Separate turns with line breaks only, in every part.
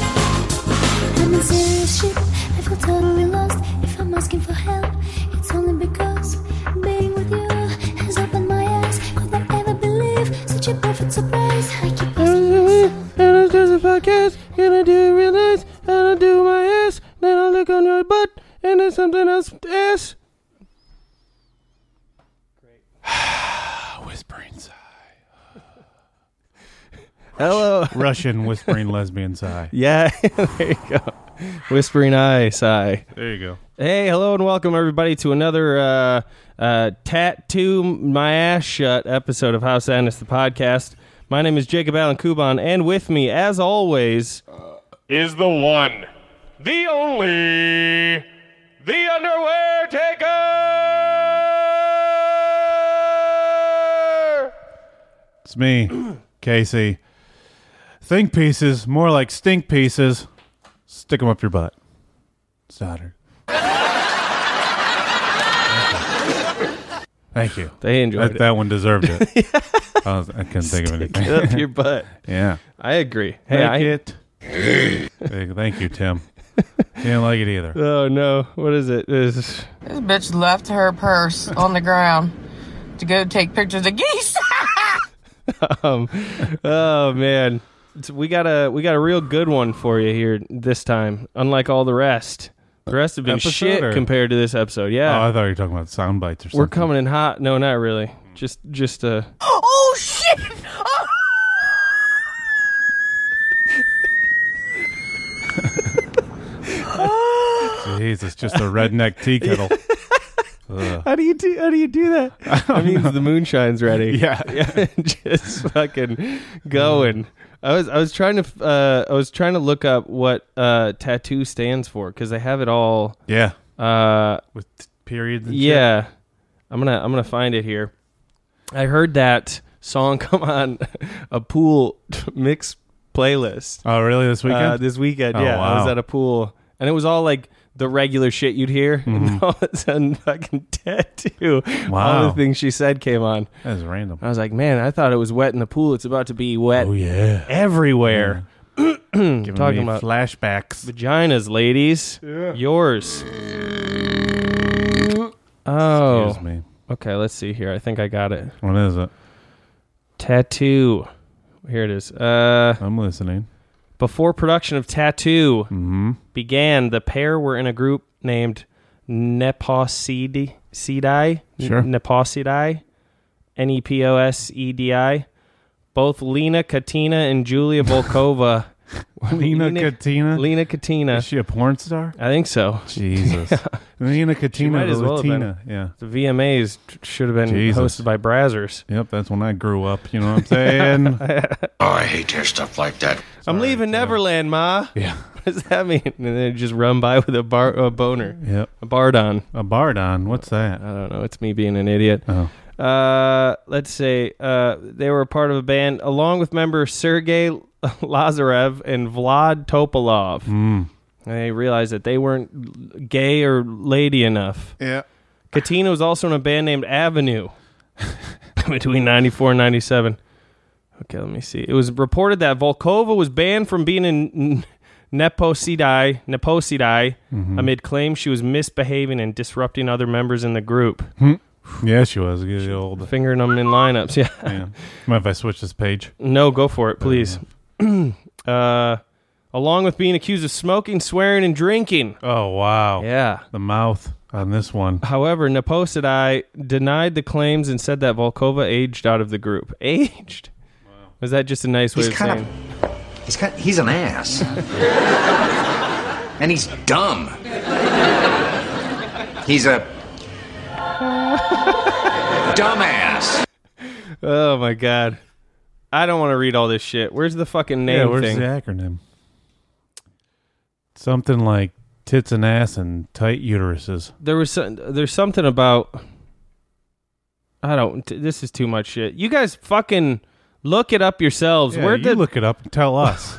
I'm in serious shit. I feel totally lost. If I'm asking for help, it's only because being with you has opened my eyes. Could I ever believe such a perfect surprise? I keep asking myself.
And I do the podcast, and I do real nice, and I do my ass, then I look on your butt, and there's something else ass. Whispering sigh. Hello.
Russian whispering lesbian sigh.
Yeah, there you go. Whispering eye sigh.
There you go.
Hey, hello, and welcome everybody to another uh, uh, tattoo my ass shut episode of House Sadness the podcast. My name is Jacob Allen Kuban, and with me, as always,
is the one, the only, the underwear taker.
It's me, Casey. Think pieces, more like stink pieces. Stick them up your butt. Stoddard. Thank you.
they enjoyed
That, that one deserved it. I, was, I couldn't think of
it. Get up
anything.
your butt.
yeah.
I agree. Hey,
Like
I,
it. Thank thank you, Tim. You didn't like it either.
oh no, what is it? Is
This bitch left her purse on the ground to go take pictures of geese.
um, oh man, It's- we got a we got a real good one for you here this time. Unlike all the rest, the rest have been
Episode
shit
or-
compared to this episode. Yeah,
Oh, I thought you were talking about sound bites or something.
we're coming in hot. No, not really. Just just uh
oh shit! Oh,
Jeez, it's just a redneck tea kettle.
How do you do? How do you do that? I mean, the moonshine's ready.
Yeah.
yeah, Mm. just fucking going. I was I was trying to uh, I was trying to look up what uh, tattoo stands for because they have it all.
Yeah.
Uh,
With t- periods and shit.
yeah, I'm gonna I'm gonna find it here. I heard that song come on a pool mix playlist
Oh, really? This weekend?
uh, this weekend.
Oh,
yeah, I was
wow.
at a pool, and it was all like the regular shit you'd hear, and all of a sudden, fucking tattoo. All
Mm-hmm. Wow.
the things she said came on.
that is random.
I was like, man, I thought it was wet in the pool. It's about to be wet
Oh yeah.
everywhere.
Giving
talking
me
about-
flashbacks.
Mm. Vaginas, ladies, yours. Oh,
Excuse me.
okay. Let's see here. I think I got it.
What is it?
Tattoo. Here it is. Uh,
I'm listening. Mm-hmm.
Before production of Tattoo began, the pair were in a group named Neposidae. Sidae?
Sure.
N- Neposidae. N E P O S E D I. Both Lena Katina and Julia Volkova.
Lena Katina.
Lena Katina.
Is she a porn star?
I think so.
Jesus. Lena Katina.
might as well have been.
Latina. Yeah.
The VMAs t- should have been
Jesus.
hosted by Brazzers.
Yep. That's when I grew up. You know what I'm saying?
I'm leaving Neverland, Ma.
yeah.
What does that mean? And then just run by with a bar a boner.
Yep.
A bardon.
A bardon. What's that?
I don't know. It's me being an idiot.
Oh.
uh, let's say uh, they were part of a band along with member Sergei Lazarev and Vlad Topalov. And they realized that they weren't gay or lady enough.
Yeah.
Katina was also in a band named Avenue between 94 and 97. Okay, let me see. It was reported that Volkova was banned from being in Neposidae, Neposidae amid claims she was misbehaving and disrupting other members in the group.
Yeah, she was. Get the old.
Fingering them in lineups, yeah.
Yeah. Mind if I switch this page?
No, go for it, please. uh, along with being accused of smoking, swearing, and drinking.
Oh wow.
Yeah.
The mouth on this one.
However, Naposidai denied the claims and said that Volkova aged out of the group. Aged? Was that just a nice way
He's
of
kind
saying?
of. He's kind. He's an ass. and he's dumb. He's a dumbass.
Oh my god. I don't want to read all this shit. Where's the fucking name
yeah, where's
thing?
the acronym? Something like tits and ass and tight uteruses.
There was some, there's something about I don't. t- This is too much shit. You guys fucking look it up yourselves.
Yeah,
where'd
you
the
look it up and tell us.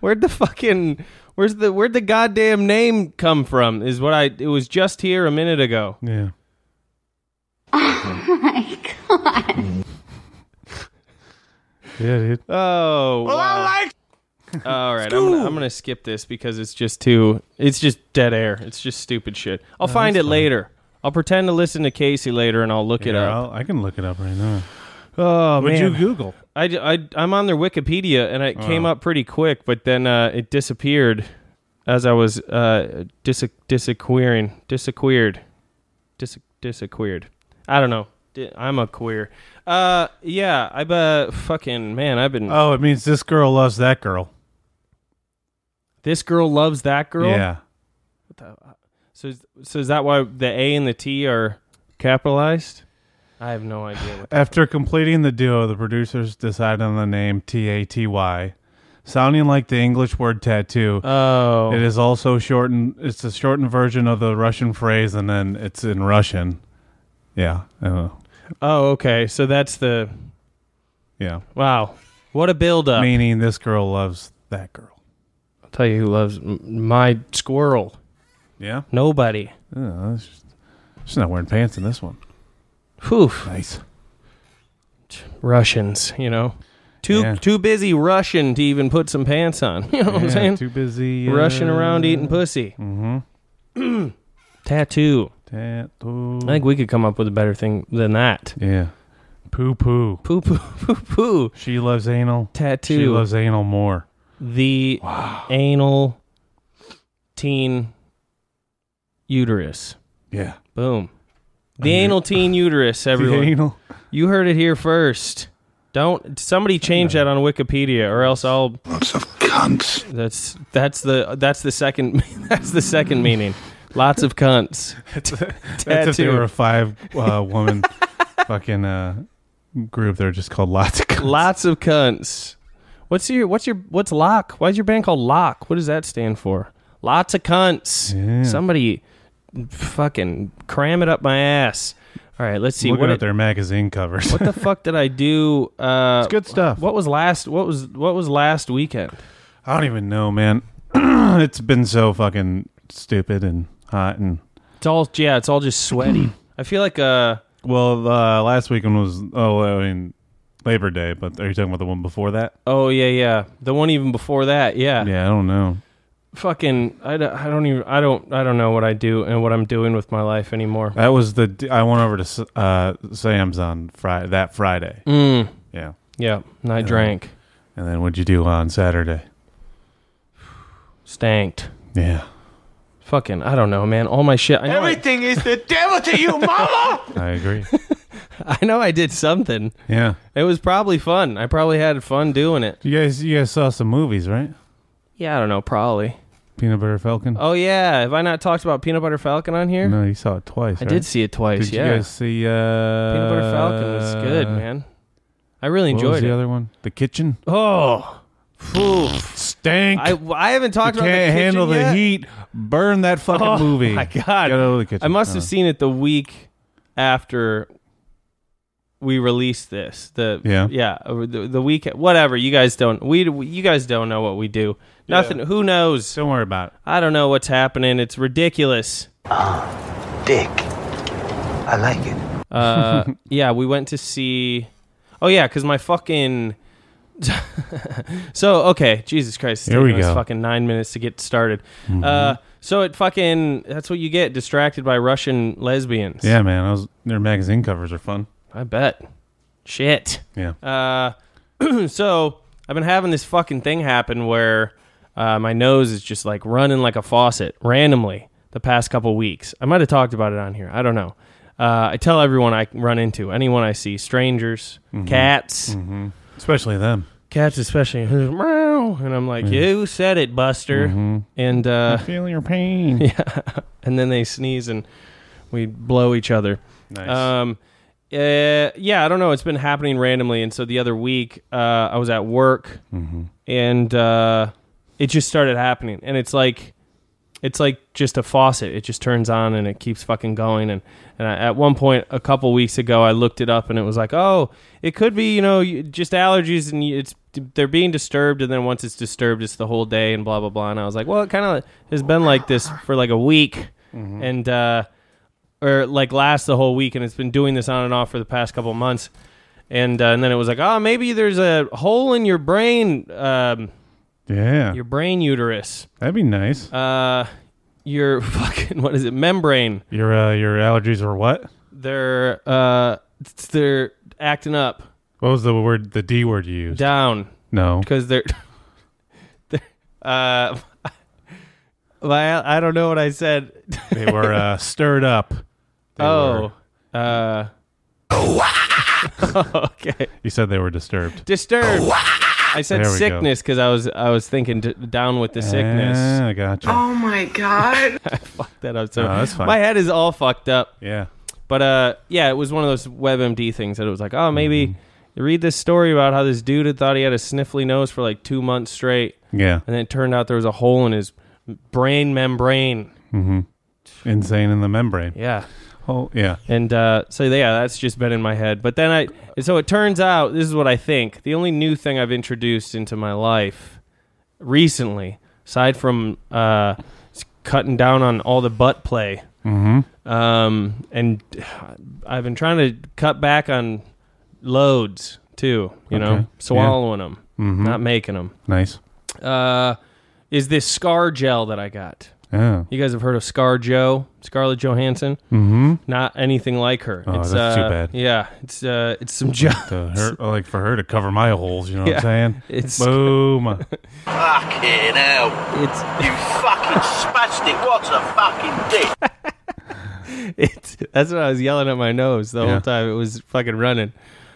where'd the fucking where's the where'd the goddamn name come from? Is what I it was just here a minute ago.
yeah. Oh my god. yeah, dude.
Oh, wow. All right, I'm gonna, I'm gonna skip this because it's just too. It's just dead air. It's just stupid shit. I'll find it
that's fine.
later. I'll pretend to listen to Casey later, and I'll look it
Here,
up.
I'll- I can look it up right now.
Oh
Would
man,
you Google?
I, am on their Wikipedia, and it came up pretty quick, but then uh, it disappeared as I was uh, dis disacqueering, disacqueered, dis disacqueered. I don't know. Di- I'm a queer. Uh, yeah, I've uh, fucking man, I've been.
Oh, it means this girl loves that girl.
this girl loves that girl.
Yeah.
So is, so is that why the A and the T are capitalized? I have no idea. What
After completing the duo, the producers decided on the name T A T Y, sounding like the English word tattoo.
oh,
It is also shortened. It's a shortened version of the Russian phrase, and then it's in Russian. Yeah. uh, I don't know.
oh, okay. So that's the
Yeah.
wow. What a buildup.
Meaning this girl loves that girl.
I'll tell you who loves m- my squirrel.
Yeah.
Nobody.
Yeah, that's just- she's not wearing pants in this one.
Whew.
Nice.
Russians, you know, too
Yeah.
too busy Russian to even put some pants on. You know what I'm saying?
Too busy uh,
Rushing around eating pussy. Mm-hmm.
Mm-hmm.
Tattoo.
Tattoo.
I think we could come up with a better thing than that.
yeah. Poo poo.
Poo poo poo poo.
She loves anal.
Tattoo.
She loves anal more.
the anal teen uterus.
Yeah.
Boom. The anal teen uterus, everyone.
The anal.
You heard it here first. Don't somebody change that on Wikipedia or else I'll
Lots of cunts.
that's that's the that's the second that's the second meaning. Lots of cunts.
That's if they
Tattoo.
were a five uh, woman fucking uh, group. They're just called lots of cunts.
Lots of cunts. What's your what's your what's lock? Why's your band called lock? What does that stand for? Lots of cunts.
Yeah.
Somebody fucking cram it up my ass. All right, let's see
Looking
what
at
it-
their magazine covers.
what the fuck did I do? Uh,
It's good stuff.
What was last? What was what was last weekend?
I don't even know, man. it's been so fucking stupid and hot and
It's all yeah. It's all just sweaty. I feel like uh
well. Uh, last weekend was oh, I mean Labor Day, but are you talking about the one before that?
oh yeah yeah the one even before that yeah,
Yeah, I don't know.
fucking I, don't- I don't even I don't I don't know what I do and what I'm doing with my life anymore.
That was the d- I went over to S- uh, Sam's on Friday that Friday.
Mm,
Yeah,
yeah, and I drank,
and then what'd you do on Saturday?
stanked.
Yeah,
Fucking I don't know, man. All my shit. I know I,
is the devil to you, mama!
I agree.
I know I did something.
yeah,
It was probably fun. I probably had fun doing it.
you guys, you guys saw some movies, right?
Yeah, I don't know, probably.
Peanut Butter Falcon.
Oh yeah, have I not talked about Peanut Butter Falcon on here?
no, you saw it twice.
I
right?
did see it twice.
Did
yeah,
you guys see uh,
Peanut Butter Falcon was good, man. I really
What was
enjoyed
the
it.
other one? The Kitchen.
oh, Oof.
Stank.
I, I haven't
You
talked about
can't
the kitchen
handle the
yet.
heat. Burn that fucking
Oh,
movie.
my God.
Get out of the kitchen.
I must have
Uh,
seen it the week after we released this. The
Yeah.
yeah over the, the week whatever you guys don't we you guys don't know what we do. Nothing. Who knows?
Don't worry about it.
I don't know what's happening. It's ridiculous.
Dick. I like it.
Uh, yeah, we went to see. Oh yeah, because my fucking. so okay, Jesus Christ! it's
Here we
taking us
go. Mm-hmm.
Fucking nine minutes to get started. Uh, so it fucking that's what you get distracted by Russian lesbians.
Yeah, man. I was, their magazine covers are fun.
I bet. Shit.
Yeah.
Uh, so I've been having this fucking thing happen where uh, my nose is just like running like a faucet randomly the past couple weeks. I might have talked about it on here. I don't know. Uh, I tell everyone I run into, anyone I see, strangers, cats,
Especially them.
cats especially, meow, and I'm like, you said it, Buster, and uh,
Feel your pain.
and then they sneeze and we blow each other.
Nice.
Um, Uh, yeah, I don't know. It's been happening randomly, and so the other week uh, I was at work, and uh, it just started happening, and it's like, it's like just a faucet. It just turns on and it keeps fucking going. And and I, at one point a couple weeks ago, I looked it up, and it was like, oh, it could be you know you- just allergies, and you- it's they're being disturbed, and then once it's disturbed, it's the whole day, and blah blah blah. And I was like, well, it kind of has been like this for like a week, and. uh or like last the whole week, and it's been doing this on and off for the past couple months. And uh, and then it was like, oh, maybe there's a hole in your brain, um,
Yeah.
your brain uterus,
That'd be nice.
uh, your fucking what is it, membrane?
your uh, your allergies are what?
They're uh, they're acting up,
What was the word? The D word you used?
down
no.
because they're, they're uh, well, I, I don't know what I said.
They were uh, stirred up. They
oh,
were-
uh, okay.
you said they were disturbed.
disturbed. I said
There we go.
sickness because I was I was thinking d- down with the sickness.
Ah, gotcha.
Oh my god.
That up, so
No, that's fine.
My head is all fucked up.
Yeah.
But uh, yeah, it was one of those WebMD things that it was like, oh, maybe you read this story about how this dude had thought he had a sniffly nose for like two months straight,
Yeah.
and then it turned out there was a hole in his brain membrane.
Insane in the membrane.
Yeah.
Oh, yeah.
And uh, so yeah, that's just been in my head. But then I, and so it turns out this is what I think. The only new thing I've introduced into my life recently, aside from uh, s- cutting down on all the butt play, mm-hmm. um, and I've been trying to cut back on loads too. You
Okay.
know, swallowing them, not making them.
Nice.
Uh, is this scar gel that I got?
Oh.
You guys have heard of Scar Joe, Scarlett Johansson?
Mm-hmm.
not anything like her.
Oh,
it's,
that's too
uh,
bad.
Yeah, it's uh, it's some gel.
To her, like for her to cover my holes, you know what
Yeah.
I'm saying?
It's-
Boom.
Fucking hell.
It's
You fucking spastic. What a fucking dick.
it's that's what I was yelling at my nose the
Yeah.
whole time. It was fucking running.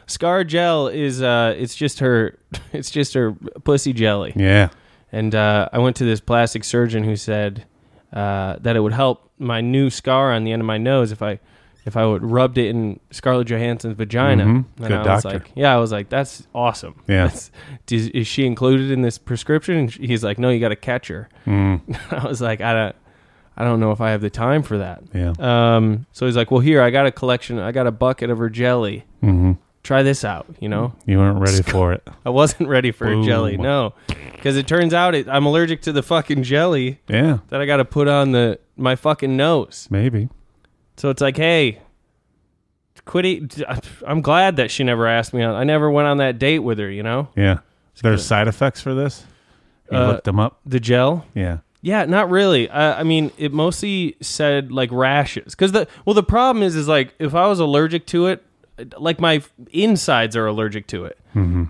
Scar gel is uh, it's just her, it's just her pussy jelly.
yeah.
And uh, I went to this plastic surgeon who said uh, that it would help my new scar on the end of my nose if I if I would rubbed it in Scarlett Johansson's vagina.
Mhm.
And
Good
I was
doctor.
like, yeah, I was like, that's awesome.
Yeah.
That's, is, is she included in this prescription? And she- he's like, no, you got to catch her.
Mm.
I was like, I don't, I don't know if I have the time for that.
Yeah.
Um, so he's like, well, here, I got a collection. I got a bucket of her jelly.
mm-hmm.
Try this out. You know,
You weren't ready for it.
I wasn't ready for
Boom.
a jelly. No, because it turns out it, I'm allergic to the fucking jelly
Yeah.
that I got to put on the my fucking nose.
Maybe.
So it's like, hey, quit. Eat. I'm glad that she never asked me out. I never went on that date with her. You know,
Yeah. There's side effects for this? You
Uh,
looked them up?
the gel.
Yeah.
Yeah, not really. Uh, I mean, it mostly said like rashes. Cause the well, the problem is, is like if I was allergic to it, like my f- insides are allergic to it,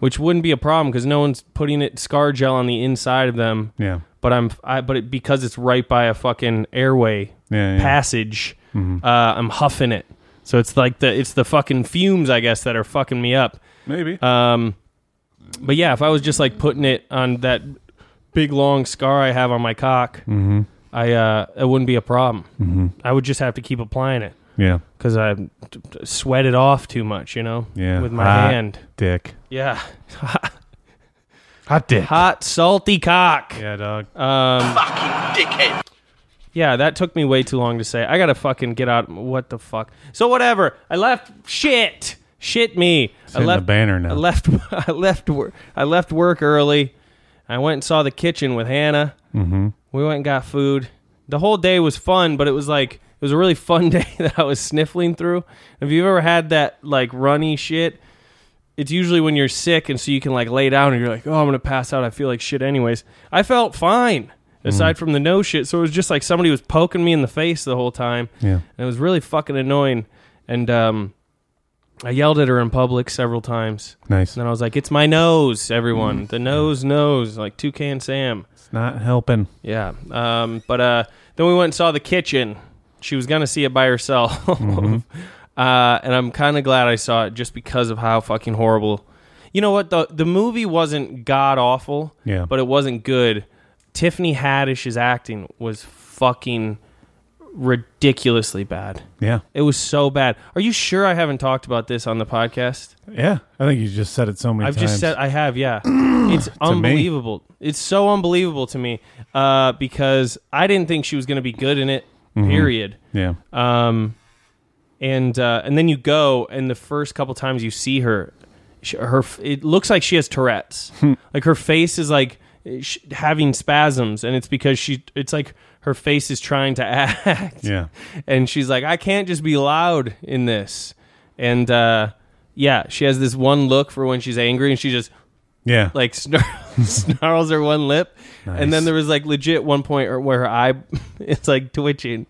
which wouldn't be a problem because no one's putting it scar gel on the inside of them.
Yeah.
But I'm, I, but it, because it's right by a fucking airway
Yeah, Mm-hmm. yeah.
passage, uh, I'm huffing it. So it's like the it's the fucking fumes, I guess, that are fucking me up.
Maybe.
Um, but yeah, if I was just like putting it on that big long scar I have on my cock,
Mm-hmm.
I uh, it wouldn't be a problem. I would just have to keep applying it
yeah.
because I t- t- sweat it off too much, you know.
Yeah.
with my
Hot
hand.
Dick.
Yeah,
Hot dick.
hot Uh, salty cock.
Yeah, dog.
Fucking dickhead.
Yeah, that took me way too long to say. I gotta fucking get out. What the fuck? So whatever. I left. Shit. Shit me. I
in the
left
banner now.
I left. I left work. I left work early. I went and saw the kitchen with Hannah. Mm-hmm. We went and got food. The whole day was fun, but it was like it was a really fun day that I was sniffling through. If you've ever had that like runny shit, it's usually when you're sick and so you can like lay down and you're like, oh, I'm gonna pass out. I feel like shit anyways. I felt fine
Mm-hmm.
aside from the no shit. So it was just like somebody was poking me in the face the whole time.
Yeah.
And it was really fucking annoying. And um, I yelled at her in public several times.
Nice. Mm-hmm.
And then I was like, "It's my nose, everyone. The nose, nose, like Toucan Sam."
It's not helping.
Yeah. Um, but uh, then we went and saw the kitchen. She was gonna see it by herself, uh, and I'm kind of glad I saw it just because of how fucking horrible. You know what? the The movie wasn't god awful.
Yeah.
But it wasn't good. Tiffany Haddish's acting was fucking ridiculously bad.
Yeah.
It was so bad. Are you sure I haven't talked about this on the podcast?
Yeah. I think you just said it so many
I've
times.
just said I have, yeah. it's unbelievable. It's so unbelievable to me uh, because I didn't think she was going to be good in it.
Mm-hmm.
Period.
yeah.
Um, and uh, and then you go, and the first couple times you see her, she, her f- it looks like she has Tourette's.
Hmm.
like her face is like eh, sh having spasms, and it's because she. It's like her face is trying to act.
Yeah.
and she's like, I can't just be loud in this. And uh, yeah, she has this one look for when she's angry, and she just
Yeah.
like snar- snarls her one lip, and
Nice.
then there was like legit one point or- where her eye it's like twitching.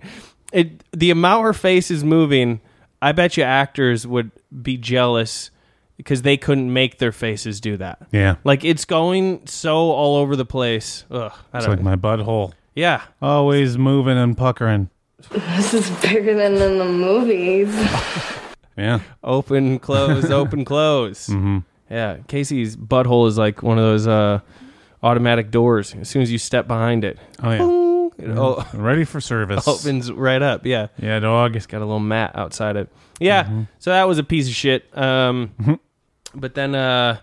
It the amount her face is moving, I bet you actors would be jealous because they couldn't make their faces do that.
yeah.
Like it's going so all over the place. Ugh, I
it's
don't
like Oh. my butthole.
yeah.
Always moving and puckering.
This is bigger than in the movies.
Yeah.
Open, close, open, close. Mm-hmm. Yeah, Casey's butthole is like one of those uh, automatic doors. As soon as you step behind it,
Oh,
it o-
yeah. Ready for service.
opens right up. Yeah.
Yeah, dog.
It's got a little mat outside it. Yeah.
Mm-hmm.
So that was a piece of shit. Um, but then, uh,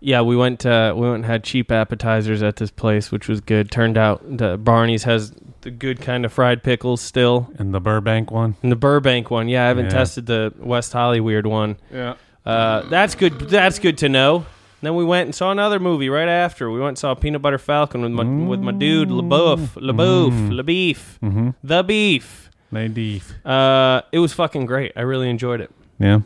yeah, we went uh, we went and had cheap appetizers at this place, which was good. Turned out the Barney's has the good kind of fried pickles still,
And the Burbank one.
and the Burbank one. Yeah, I haven't
Yeah.
tested the West Holly weird one.
Yeah.
Uh, that's good. That's good to know. And then we went and saw another movie right after. We went and saw Peanut Butter Falcon with my with my dude
Mm.
LaBeouf, LaBeouf, LaBeef,
Mm-hmm.
the Beef.
Lady.
Uh, it was fucking great. I really enjoyed it.
Yeah.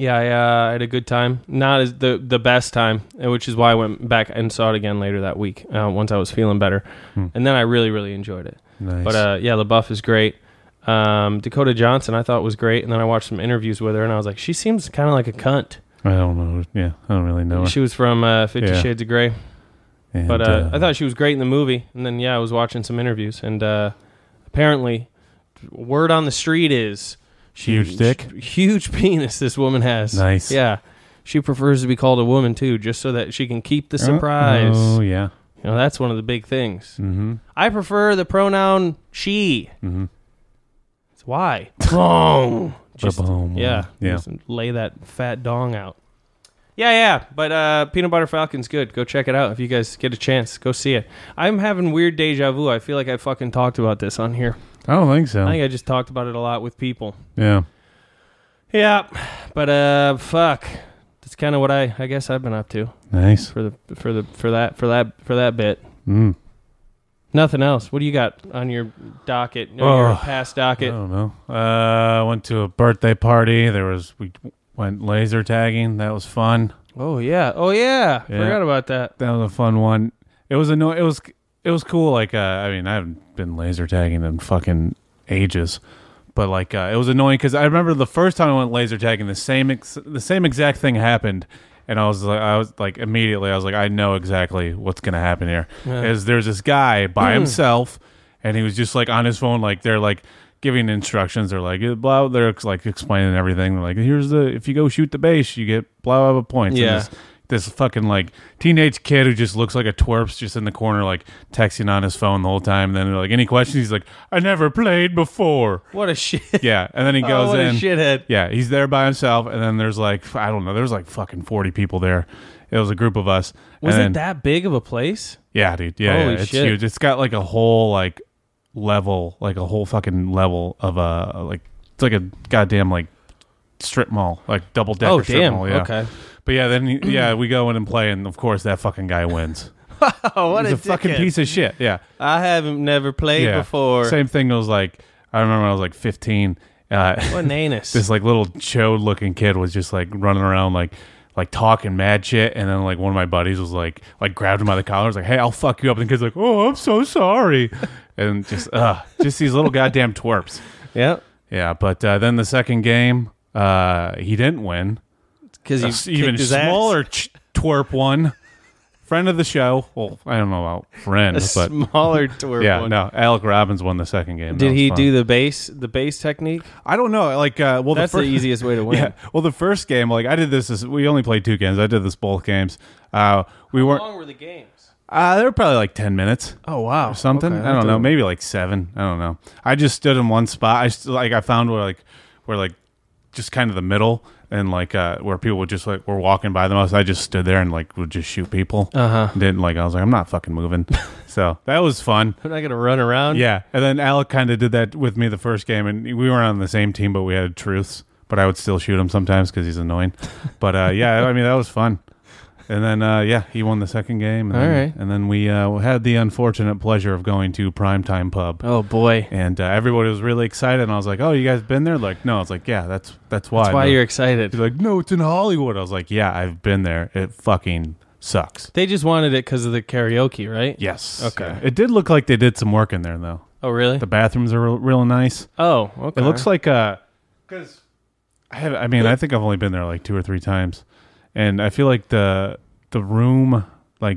Yeah, I, uh, I had a good time. Not as the the best time, uh, which is why I went back and saw it again later that week uh, once I was feeling better, and then I really really enjoyed it.
Hmm. Nice.
But uh, yeah, LaBeouf is great. Um, Dakota Johnson I thought was great, and then I watched some interviews with her, and I was like, she seems kind of like a cunt.
I don't know. Yeah. I don't really know. her.
She was from uh, Fifty
Yeah.
Shades of Grey,
And,
but uh, I thought she was great in the movie, and then yeah, I was watching some interviews, and uh, apparently, word on the street is
huge dick.
huge penis this woman has.
Nice.
Yeah. She prefers to be called a woman too, just so that she can keep the surprise.
Oh, yeah.
You know, that's one of the big things. Mm-hmm. I prefer the pronoun she. Mm-hmm. It's why. Dong. Just-
Ba-boom.
yeah.
Yeah.
Just lay that fat dong out. Yeah, yeah. But uh, Peanut Butter Falcon's good. Go check it out if you guys get a chance. Go see it. I'm having weird deja vu. I feel like I fucking talked about this on here.
I don't think so.
I think I just talked about it a lot with people.
yeah.
Yeah, but uh, fuck. That's kind of what I I guess I've been up to
Nice.
for the for the for that for that for that bit.
Mm.
Nothing else. What do you got on your docket? No, your
Oh.
past docket.
I don't know. Uh, I went to a birthday party. There was we went laser tagging. That was fun.
Oh yeah. Oh yeah.
Yeah.
Forgot about that.
That was a fun one. It was anno- It was it was cool. Like uh, I mean, I haven't been laser tagging in fucking ages, but like uh, it was annoying because I remember the first time I went laser tagging, the same ex- the same exact thing happened. And I was like, I was like, immediately, I was like, I know exactly what's gonna happen here. Is there's this guy by himself, and he was just like on his phone, like they're like giving instructions. They're like, eh, blah, they're like explaining everything. They're like, here's the if you go shoot the base, you get blah blah blah points. And
Yeah.
this- this fucking like teenage kid who just looks like a twerps just in the corner like texting on his phone the whole time and then they're like any questions he's like i never played before
What a shit.
yeah and then he
oh,
goes
what
in
a shithead.
yeah he's there by himself and then there's like i don't know there's like fucking 40 people there it was a group of us
Was
And
it
then-
that big of a place?
yeah dude yeah,
Holy
yeah it's
shit.
huge it's got like a whole like level like a whole fucking level of uh, like it's like a goddamn like strip mall like double decker
Oh,
strip
damn.
mall yeah
Okay.
but yeah then he- yeah we go in and play and of course that fucking guy wins
Oh, what
He's a fucking piece of shit. Yeah.
I haven't never played
yeah.
before.
Same thing was like I remember when I was like 15. Uh,
What an anus.
this like little chode looking kid was just like running around like like talking mad shit and then like one of my buddies was like like grabbed him by the collar and was like hey I'll fuck you up and the kid's like oh I'm so sorry and just uh just these little goddamn twerps
yeah.
yeah but uh, then the second game uh he didn't win
Because
a s- even smaller ch- twerp one friend of the show well I don't know about friend
A
but
smaller tour.
yeah,
one.
no. Alec Robbins won the second game. That
Did
was
he
fun.
do the base the base technique?
I don't know. Like, uh, well,
That's
the,
the
first,
easiest way to win.
Yeah. Well, the first game, like, I did this. As, we only played two games. I did this both games. Uh, we weren't.
were the games?
Uh, they were probably like 10 minutes.
Oh wow,
or something.
Okay,
I don't
that
know.
doesn't-
Maybe like seven. I don't know. I just stood in one spot. I st- like I found where like where like just kind of the middle and like uh where people would just like were walking by the most. I just stood there and like would just shoot people.
Uh-huh.
Didn't like I was like I'm not fucking moving. so that was fun.
I'm not gonna run around.
Yeah. And then Alec kind of did that with me the first game, and we weren't on the same team, but we had truths. But I would still shoot him sometimes because he's annoying. But uh, yeah, I mean that was fun. And then uh, yeah, he won the second game. And
All
then,
right.
And then we uh, had the unfortunate pleasure of going to primetime pub.
Oh boy,
And uh, everybody was really excited, and I was like, "Oh, you guys been there?" Like, no. I was like, "Yeah, that's that's why."
that's why
They're-
you're excited.
they're like, "No, it's in Hollywood." I was like, "Yeah, I've been there. It fucking sucks."
They just wanted it because of the karaoke, right?
Yes.
Okay.
Yeah. It did look like they did some work in there, though.
Oh really?
The bathrooms are real, real nice.
oh okay.
It looks like uh, because I have. I mean, I think I've only been there like two or three times, and I feel like the the room, like,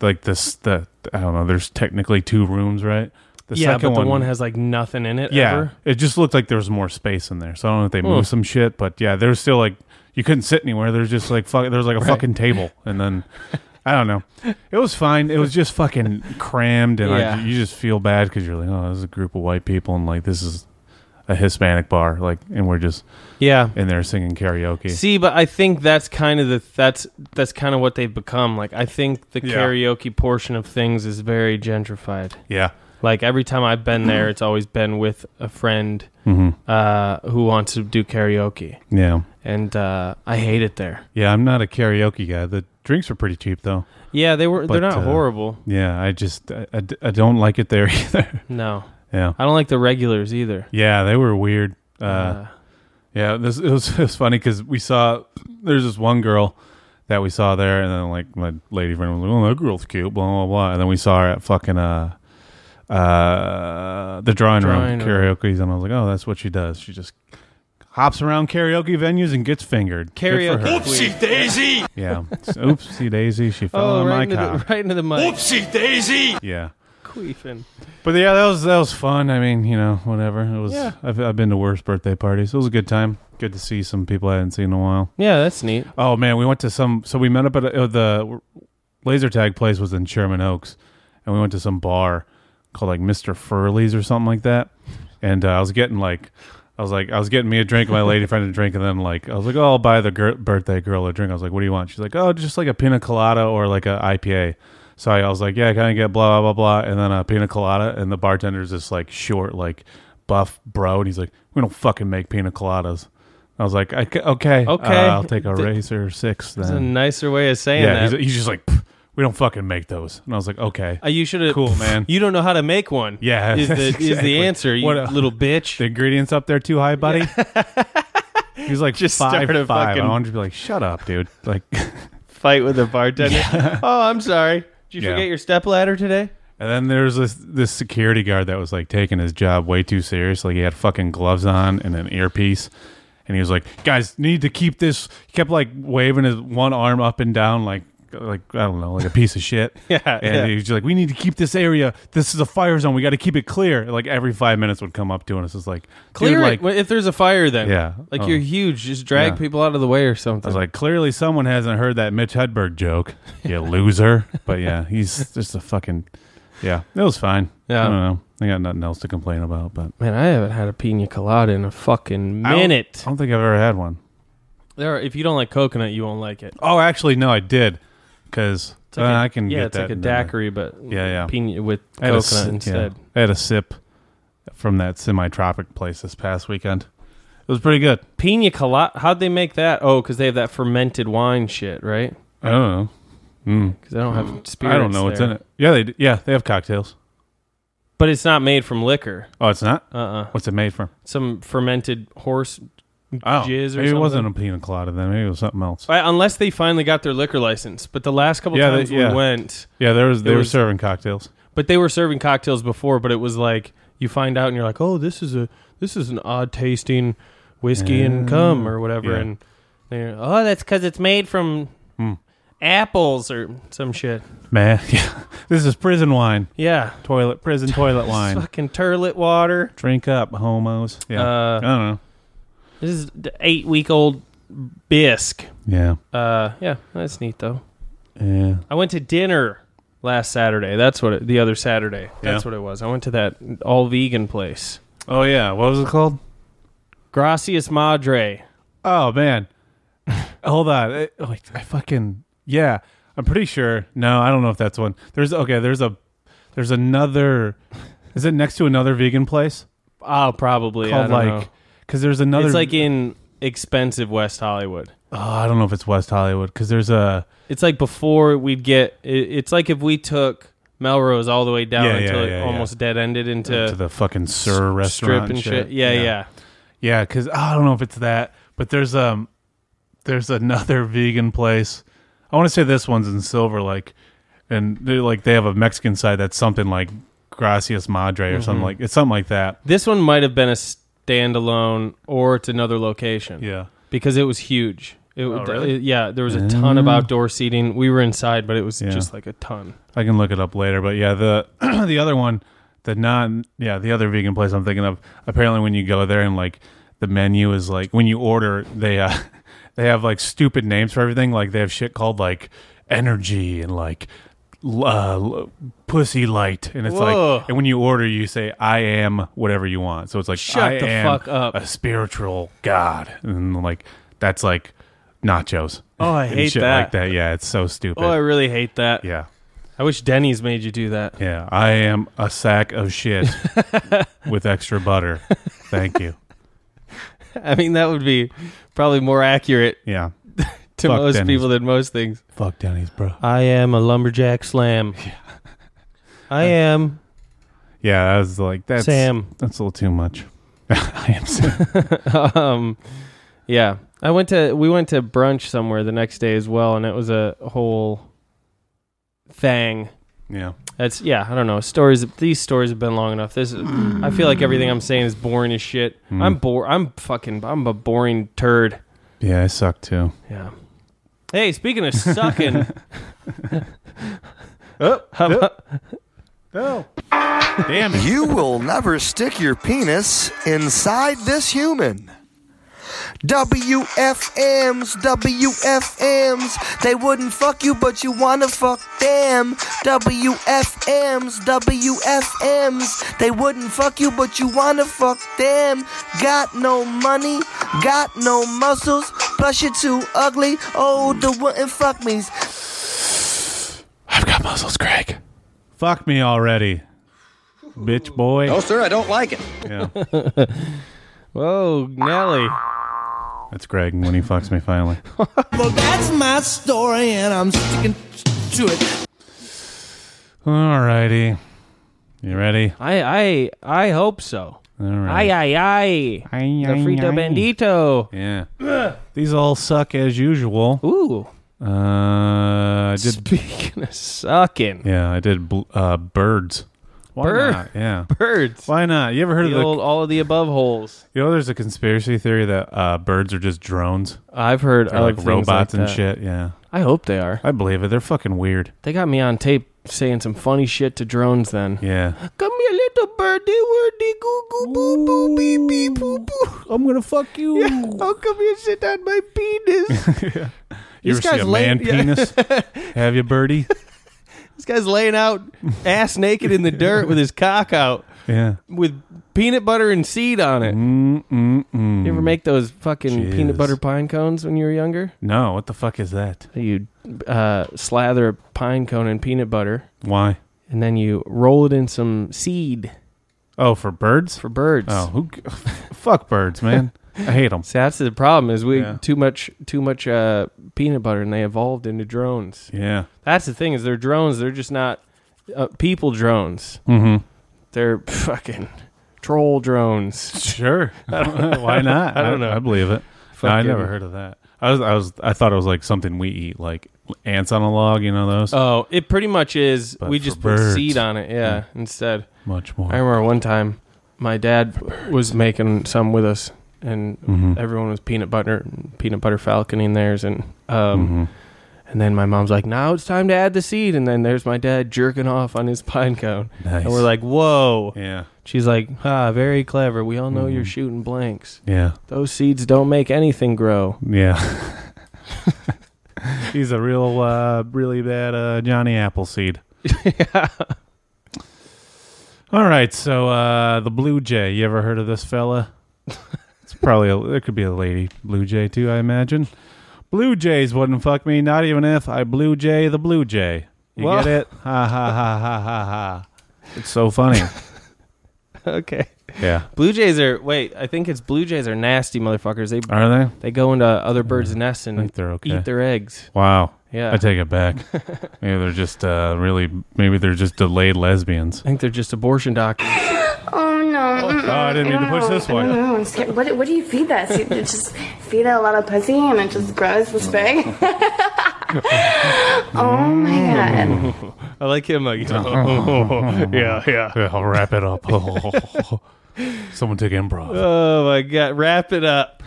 like this, the I don't know. There's technically two rooms, right? The
yeah, but the one has like nothing in it.
yeah,
ever.
it just looked like there was more space in there. So I don't know if they moved some shit, but yeah, there was still like you couldn't sit anywhere. There's just like fuck, there was like a fucking table, and then I don't know. It was fine. It was just fucking crammed, and
Yeah.
I, you just feel bad because you're like, oh, this is a group of white people, and like this is a Hispanic bar, like, and we're just
Yeah.
in there singing karaoke.
See, but I think that's kind of the that's that's kind of what they've become. Like I think the
Yeah.
karaoke portion of things is very gentrified.
yeah,
Like every time I've been there, it's always been with a friend
hmm
uh, who wants to do karaoke,
yeah,
and uh, I hate it there.
yeah. I'm not a karaoke guy. The drinks were pretty cheap though.
Yeah, they were they're
But,
not
uh,
horrible.
Yeah, I just I, I d- I don't like it there either.
No,
yeah,
I don't like the regulars either.
yeah, they were weird. uh,
Uh,
Yeah, this it was it was funny because we saw there's this one girl that we saw there, and then like my lady friend was like, "Oh, that girl's cute," blah blah blah, and then we saw her at fucking uh uh the drawing,
Drawing
room
room.
karaoke's, and I was like, "Oh, that's what she does. She just hops around karaoke venues and gets fingered." Good for
karaoke.
her.
queen.
yeah. Oopsie daisy, she fell
Oh,
on
right
my
into, the,
cock.
right into the mic.
Yeah.
Queefing.
But yeah, that was that was fun. I mean, you know, whatever. It was.
Yeah.
I've I've been to worse birthday parties. It was a good time. Good to see some people I hadn't seen in a while.
Yeah, that's neat.
Oh man, we went to some. So we met up at uh, the laser tag place was in Sherman Oaks, and we went to some bar called like Mister Furley's or something like that. And uh, I was getting like, I was like, I was getting me a drink, my lady friend a drink, and then like, I was like, oh, I'll buy the gir- birthday girl a drink. I was like, what do you want? She's like, oh, just like a pina colada or like a IPA. So I, I was like, yeah, can I get blah blah blah blah, and then a pina colada. And the bartender's this like short, like buff bro, and he's like, we don't fucking make pina coladas. I was like, I ca- okay,
Okay.
uh, I'll take a
Th-
racer six
It's a
then.
nicer way of saying
yeah,
that.
he's, he's just like, "Pff, we don't fucking make those. And I was like, okay.
Uh, you should have.
Cool, man.
You don't know how to make one.
Yeah,
is the
that's
is the
exactly-
answer? You
What a-
little bitch.
the ingredients up there too high, buddy. he's like
Just
five
start a
five.
fucking-
I wanted to be like, shut up, dude. Like, and
Fight with the bartender. oh, I'm sorry. Did you
Yeah.
forget your stepladder today?
then there's this this security guard that was like taking his job way too seriously. He had fucking gloves on and an earpiece. And he was like, "Guys, need to keep this." He kept like waving his one arm up and down, like, like I don't know, like a piece of shit.
Yeah,
And
yeah.
he was just like, "We need to keep this area. This is a fire zone. We got to keep it clear." Like every five minutes would come up to us, it's like, dude,
Clear
like,
it if there's a fire. Then
Yeah.
like
Oh.
you're huge. Just drag
Yeah.
people out of the way or
I
something.
was like, clearly someone hasn't heard that Mitch Hedberg joke, you loser. But yeah, he's just a fucking. Yeah, it was fine.
Yeah.
I don't know. I got nothing else to complain about, but
Man, I haven't had a pina colada in a fucking
I don't-
minute.
I don't think I've ever had one.
There, are, if you don't like coconut, you won't like it.
Oh, actually, no, I did, because
It's like a-
Uh, I can
yeah,
get
it's
that
like a
in there.
daiquiri, but
Yeah, yeah.
pina with
I had a
coconut
si- yeah.
instead.
I had a sip from that semi-tropic place this past weekend. It was pretty good.
Pina colada. How'd they make that? Oh, because they have that fermented wine shit, right?
I don't know. Mm.
Because they don't have spirits.
I don't know what's
there.
in it. Yeah, they d- yeah they have cocktails.
But it's not made from liquor.
Oh, it's not.
Uh uh
What's it made from?
Some fermented horse.
Oh,
Jizz or
maybe it
something?
wasn't a pina colada then. Maybe it was something else.
I- Unless they finally got their liquor license. But the last couple
Yeah, they-
times
yeah.
we went,
Yeah, there was they were
was-
serving cocktails.
but they were serving cocktails before, but it was like you find out and you're like, oh, this is a this is an odd tasting whiskey and cum or whatever,
Yeah. Hmm.
and they're oh, that's because it's made from apples or some shit.
Man, yeah. This is prison wine.
Yeah,
Toilet prison toilet wine.
fucking turlet water.
Drink up, homos. Yeah.
Uh,
I don't know.
This is the eight week old bisque.
Yeah.
Uh, yeah, that's neat though.
Yeah.
I went to dinner last Saturday. That's what it, the other Saturday. That's
Yeah.
what it was. I went to that all vegan place.
Oh yeah, what was it called?
Gracias Madre.
Oh man, hold on. It- like I fucking yeah. I'm pretty sure. No, I don't know if that's one. There's okay. There's a there's another. Is it next to another vegan place
Oh, probably. I
called
don't know.
like? Because there's another.
it's like in expensive West Hollywood.
oh, I don't know if it's West Hollywood because there's a
It's like before we'd get. It, it's like if we took Melrose all the way down
Yeah,
until
yeah,
it
yeah,
almost dead ended into
to the fucking Sir restaurant
strip and shit. Yeah, yeah,
yeah. Because I don't know if it's that, but there's um there's another vegan place. I want to say this one's in Silver Lake, and they like they have a Mexican side that's something like Gracias Madre or something like it's something like that.
This one might have been a standalone, or it's another location.
Yeah.
because it was huge. It,
really?
it- yeah, there was a ton of outdoor seating. We were inside, but it was
Yeah.
just like a ton.
I can look it up later, but yeah, the the other one, the non yeah, the other vegan place I'm thinking of. Apparently, when you go there and like the menu is like when you order, they uh, they have like stupid names for everything. Like they have shit called like energy and like l- uh, l- pussy light, and it's
Whoa.
like and when you order, you say I am whatever you want. So it's like
Shut
I
the
am
fuck up.
a spiritual god, and like that's like nachos.
Oh, I
And
hate
shit
that.
like that. Yeah, it's so stupid.
Oh, I really hate that.
yeah.
I wish Denny's made you do that.
Yeah, I am a sack of shit with extra butter. Thank you.
I mean, that would be probably more accurate
Yeah.
to
Fuck
most
Denny's.
people than most things.
Fuck Denny's, bro.
I am a lumberjack slam. I am
Yeah, I was like, that's
Sam.
That's a little too much. I am Sam.
um, yeah. I went to we went to brunch somewhere the next day as well, and it was a whole thing.
Yeah.
That's yeah. I don't know. Stories. These stories have been long enough. This. Is, I feel like everything I'm saying is boring as shit. I'm bored. I'm fucking. I'm a boring turd.
Yeah, I suck too.
Yeah. Hey, speaking of sucking. how about-
No. Damn it.
You will never stick your penis inside this human. WFMs, WFMs, they wouldn't fuck you, but you wanna fuck them. WFMs, WFMs, they wouldn't fuck you, but you wanna fuck them. Got no money, got no muscles, plus you're too ugly. Oh, the wouldn't fuck me's.
I've got muscles, Craig. Fuck me already. Bitch boy. No, sir, I don't like it. Yeah.
Whoa, Nelly.
That's Greg when he fucks me finally.
Well, that's my story, and I'm sticking to it.
Alrighty. You ready?
I I I hope so.
All
Ay
right.
ay ay.
Ay,
The
ay,
Frito
ay.
Bandito.
Yeah. These all suck as usual.
Ooh.
Uh, I did.
Speaking of sucking.
Yeah, I did. Bl- uh, birds. Why
Bird-
not? Yeah.
Birds.
Why not? You ever heard
The
of the?
old, all of the above holes.
you know, there's a conspiracy theory that uh, birds are just drones,
I've heard
They're
of
like
things
robots
like
and
that.
shit. Yeah,
I hope they are.
I believe it. They're fucking weird.
They got me on tape saying some funny shit to drones then.
Yeah.
Come here, little birdie, wordy, goo goo boo boo bee bee boo boo.
I'm gonna fuck you.
Oh, come here, sit on my penis.
You ever
This
see
guy's
a
late-
man
yeah.
penis? Have you, birdie?
this guy's laying out ass naked in the dirt with his cock out
Yeah.
with peanut butter and seed on it.
Mm mm mm.
You ever make those fucking
Jeez.
peanut butter pine cones when you were younger?
No. What the fuck is that?
You uh, slather a pine cone in peanut butter
Why?
and then you roll it in some seed
Oh, for birds?
for birds.
Oh, who? g- fuck birds, man. I hate them.
See, that's the problem is we
Yeah.
too much too much uh, peanut butter and they evolved into drones.
Yeah.
That's the thing is they're drones. They're just not uh, people drones.
Mm-hmm.
They're fucking troll drones.
Sure. Why not?
I don't know.
I believe it. No, I
Fucking-
never heard of that. I was, I was, I thought it was like something we eat, like ants on a log. You know those?
Oh, it pretty much is.
But
we
for
just put
birds.
seed on it. Yeah, instead.
Much more.
I remember one time my dad was making some with us, and
Mhm.
everyone was peanut butter, peanut butter falconing theirs, and um,
Mhm.
and then my mom's like, "Now it's time to add the seed," and then there's my dad jerking off on his pine cone,
Nice.
and we're like, "Whoa!"
yeah,
She's like, "Ah, very clever. We all know you're
Mm-hmm.
shooting blanks.
yeah,
Those seeds don't make anything grow."
yeah. He's a real, uh, really bad uh, Johnny Appleseed. All right, so uh, the blue jay. You ever heard of this fella? It's probably a, there could be a lady blue jay too. I imagine. Blue jays wouldn't fuck me, not even if I blue jay the blue jay. You
Whoa.
get it? Ha ha ha ha ha ha. It's so funny.
okay.
yeah.
Blue Jays are wait. I think it's Blue Jays are nasty motherfuckers. They
Are they?
they go into other birds' nests and
think they're okay.
eat their eggs.
Wow.
Yeah.
I take it back. maybe they're just uh, really. Maybe they're just delayed lesbians.
I think they're just abortion doctors.
Oh no!
Oh, I didn't mean to push this one.
No, I'm scared. What, what do you feed that? So you just feed it a lot of pussy and it just grows this big. oh my
Mm.
god!
I like him. Like, yeah, yeah.
Yeah, I'll wrap it up. Someone take improv.
Oh my god, wrap it up.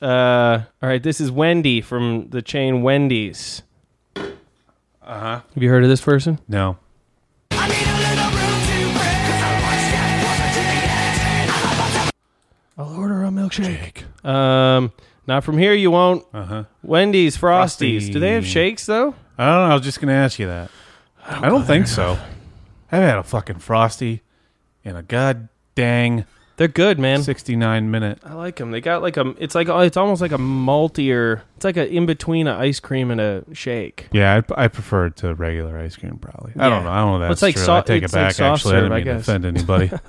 uh, all right, this is Wendy from the chain Wendy's.
Uh-huh.
Uh huh. Have you heard of this person?
No.
I'll order a milkshake. Um, not from here. You won't. Uh huh. Wendy's Frosties. Do they have
Uh-huh. Frosty.
shakes though?
I don't know. I was just gonna ask you that.
Oh,
I don't think so. I haven't had a fucking frosty in a god dang
They're good, man.
sixty nine minute.
I like them. They got like a. It's like it's almost like a maltier. It's like a in between an ice cream and a shake.
Yeah, I, I prefer it to regular ice cream probably. I don't
Yeah.
know. I don't know if
Well, it's
that's
like
true.
so-
I take it
it's like
back.
soft
Actually, I
serve,
didn't
I
mean to
guess.
offend anybody.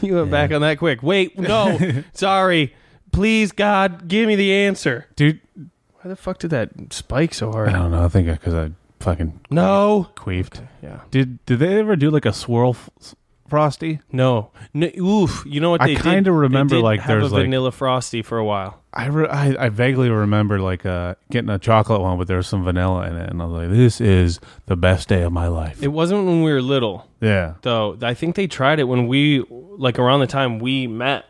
You went back on that quick. Wait, no, sorry. Please, God, give me the answer.
Dude,
Why the fuck did that spike so
I
hard?
don't know. I think because I fucking
No.
queefed.
Yeah.
Did did they ever do like a swirl f- frosty?
No. no. Oof. You know what
I
they did?
kinda remember,
they did
like,
have
there's,
a
like-
vanilla frosty for a while.
I, re- I I vaguely remember like uh, getting a chocolate one, but there was some vanilla in it, and I was like, "This is the best day of my life."
It wasn't when we were little
yeah,
though. I think they tried it when we like around the time we met.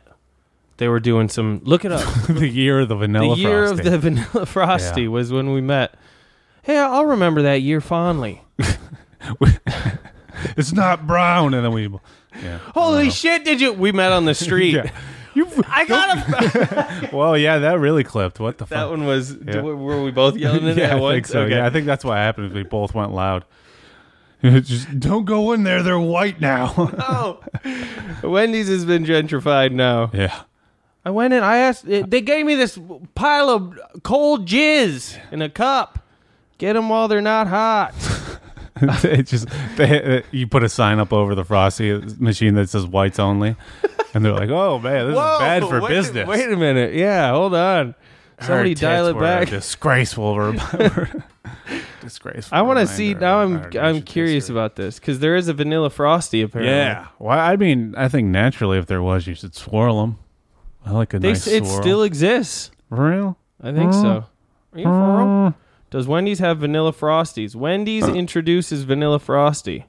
They were doing some. Look it up.
the year of the vanilla.
the year
frosty.
of the vanilla frosty
Yeah.
was when we met. Hey, I'll remember that year fondly.
It's not brown, and then we. Yeah.
Holy shit! Did you? We met on the street.
Yeah.
I got a.
Well, yeah, that really clipped. What the fuck?
that one was.
Yeah.
Were we both yelling at
yeah,
that
I
one?
think so.
Okay.
Yeah, I think that's what happened. Is we both went loud. Just don't go in there. They're white now.
Oh, Wendy's has been gentrified now.
yeah.
I went in. I asked. They gave me this pile of cold jizz in a cup. Get them while they're not hot.
it just they, you put a sign up over the frosty machine that says whites only, and they're like, "Oh man, this
Whoa,
is bad for
wait-
business."
Wait a minute. Yeah, hold on. Somebody
Our tits
dial it
were
back.
Disgraceful. rem- disgraceful.
I want to
reminder
see.
of
Now
our
I'm I'm
nation's
curious
history.
about this because there is a vanilla frosty apparently.
Yeah. Well, I mean, I think naturally, if there was, you should swirl them. I like a
they,
nice
s it
swirl.
still exists.
For real.
I think so. Are you for real? Does Wendy's have vanilla frosties? Wendy's introduces vanilla frosty.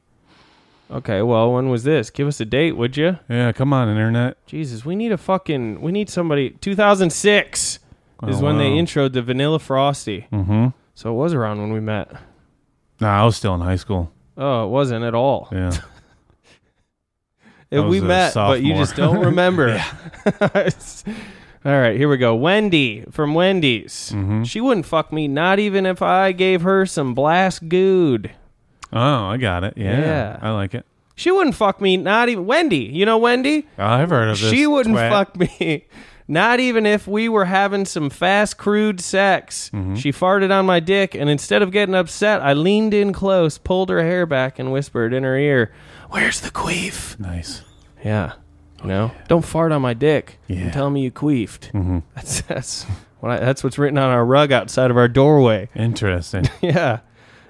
Okay, well, when was this? Give us a date, would you?
Yeah, come on, internet.
Jesus, we need a fucking. We need somebody. 2006 is
Oh,
when they
wow.
introed the vanilla frosty.
Mm-hmm.
So it was around when we met.
Nah, I was still in high school.
Oh, it wasn't at all.
Yeah.
If
I
we
was a
met, but you
sophomore.
just don't remember. All right, here we go. Wendy from Wendy's.
Mm-hmm.
She wouldn't fuck me, not even if I gave her some blast good.
oh, I got it. Yeah,
Yeah.
I like it.
She wouldn't fuck me, not even Wendy. You know Wendy?
Oh, I've heard of this.
She wouldn't
twat.
fuck me. Not even if we were having some fast, crude sex.
Mm-hmm.
She farted on my dick, and instead of getting upset, I leaned in close, pulled her hair back, and whispered in her ear, Where's the queef?
Nice.
Yeah. You know? Don't fart on my dick.
Yeah. Mm-hmm.
And tell me you queefed. That's, that's, what I, that's what's written on our rug outside of our doorway.
Interesting.
Yeah.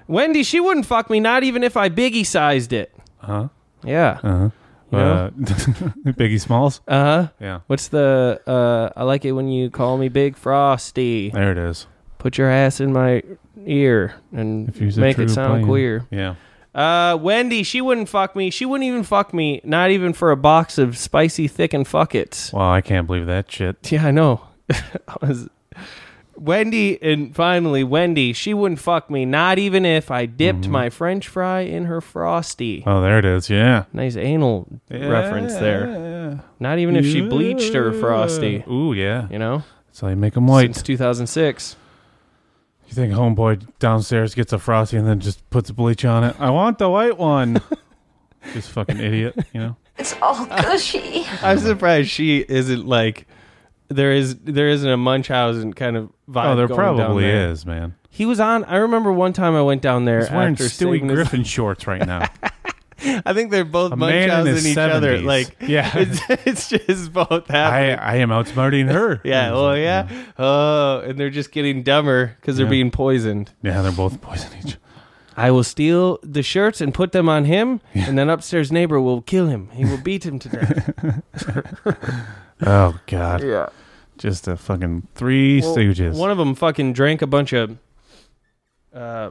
Wendy, she wouldn't fuck me, not even if I biggie sized it.
Huh?
Yeah.
Uh, Biggie Smalls.
Uh huh.
Yeah.
What's the uh I like it when you call me Big Frosty.
There it is.
Put your ass in my ear and
If he's a
make
true
it sound
player.
queer.
Yeah.
Uh Wendy, she wouldn't fuck me. She wouldn't even fuck me, not even for a box of spicy thick and fuckets.
Wow, I can't believe that shit.
Yeah, I know. I was- Wendy and finally Wendy, she wouldn't fuck me, not even if I dipped
Mm-hmm.
my french fry in her frosty.
Oh, there it is. Yeah.
Nice anal reference there. Not even if she bleached her frosty,
Ooh, yeah.
you know?
So you make them white.
Since 2006.
You think homeboy downstairs gets a frosty and then just puts bleach on it? I want the white one. just fucking idiot, you know.
It's all gushy.
I'm surprised she isn't like there is there isn't a Munchausen kind of vibe.
Oh, there
going down
probably
there.
is, man.
He was on. I remember one time I went down there
He's wearing
after
Stewie
seeing this-
Griffin shorts right now.
I think they're both
A man in
Munchausen
his
each other.
70s.
Like
Yeah.
it's, it's just both happening.
I I am outsmarting her.
Yeah. Well, yeah. Oh, and they're just getting dumber because they're
Yeah.
being poisoned.
Yeah, they're both poison each.
I will steal the shirts and put them on him, and then upstairs neighbor will kill him. He will beat him to death.
Oh God. Yeah. Just a fucking three stooges.
One of them fucking drank a bunch of uh,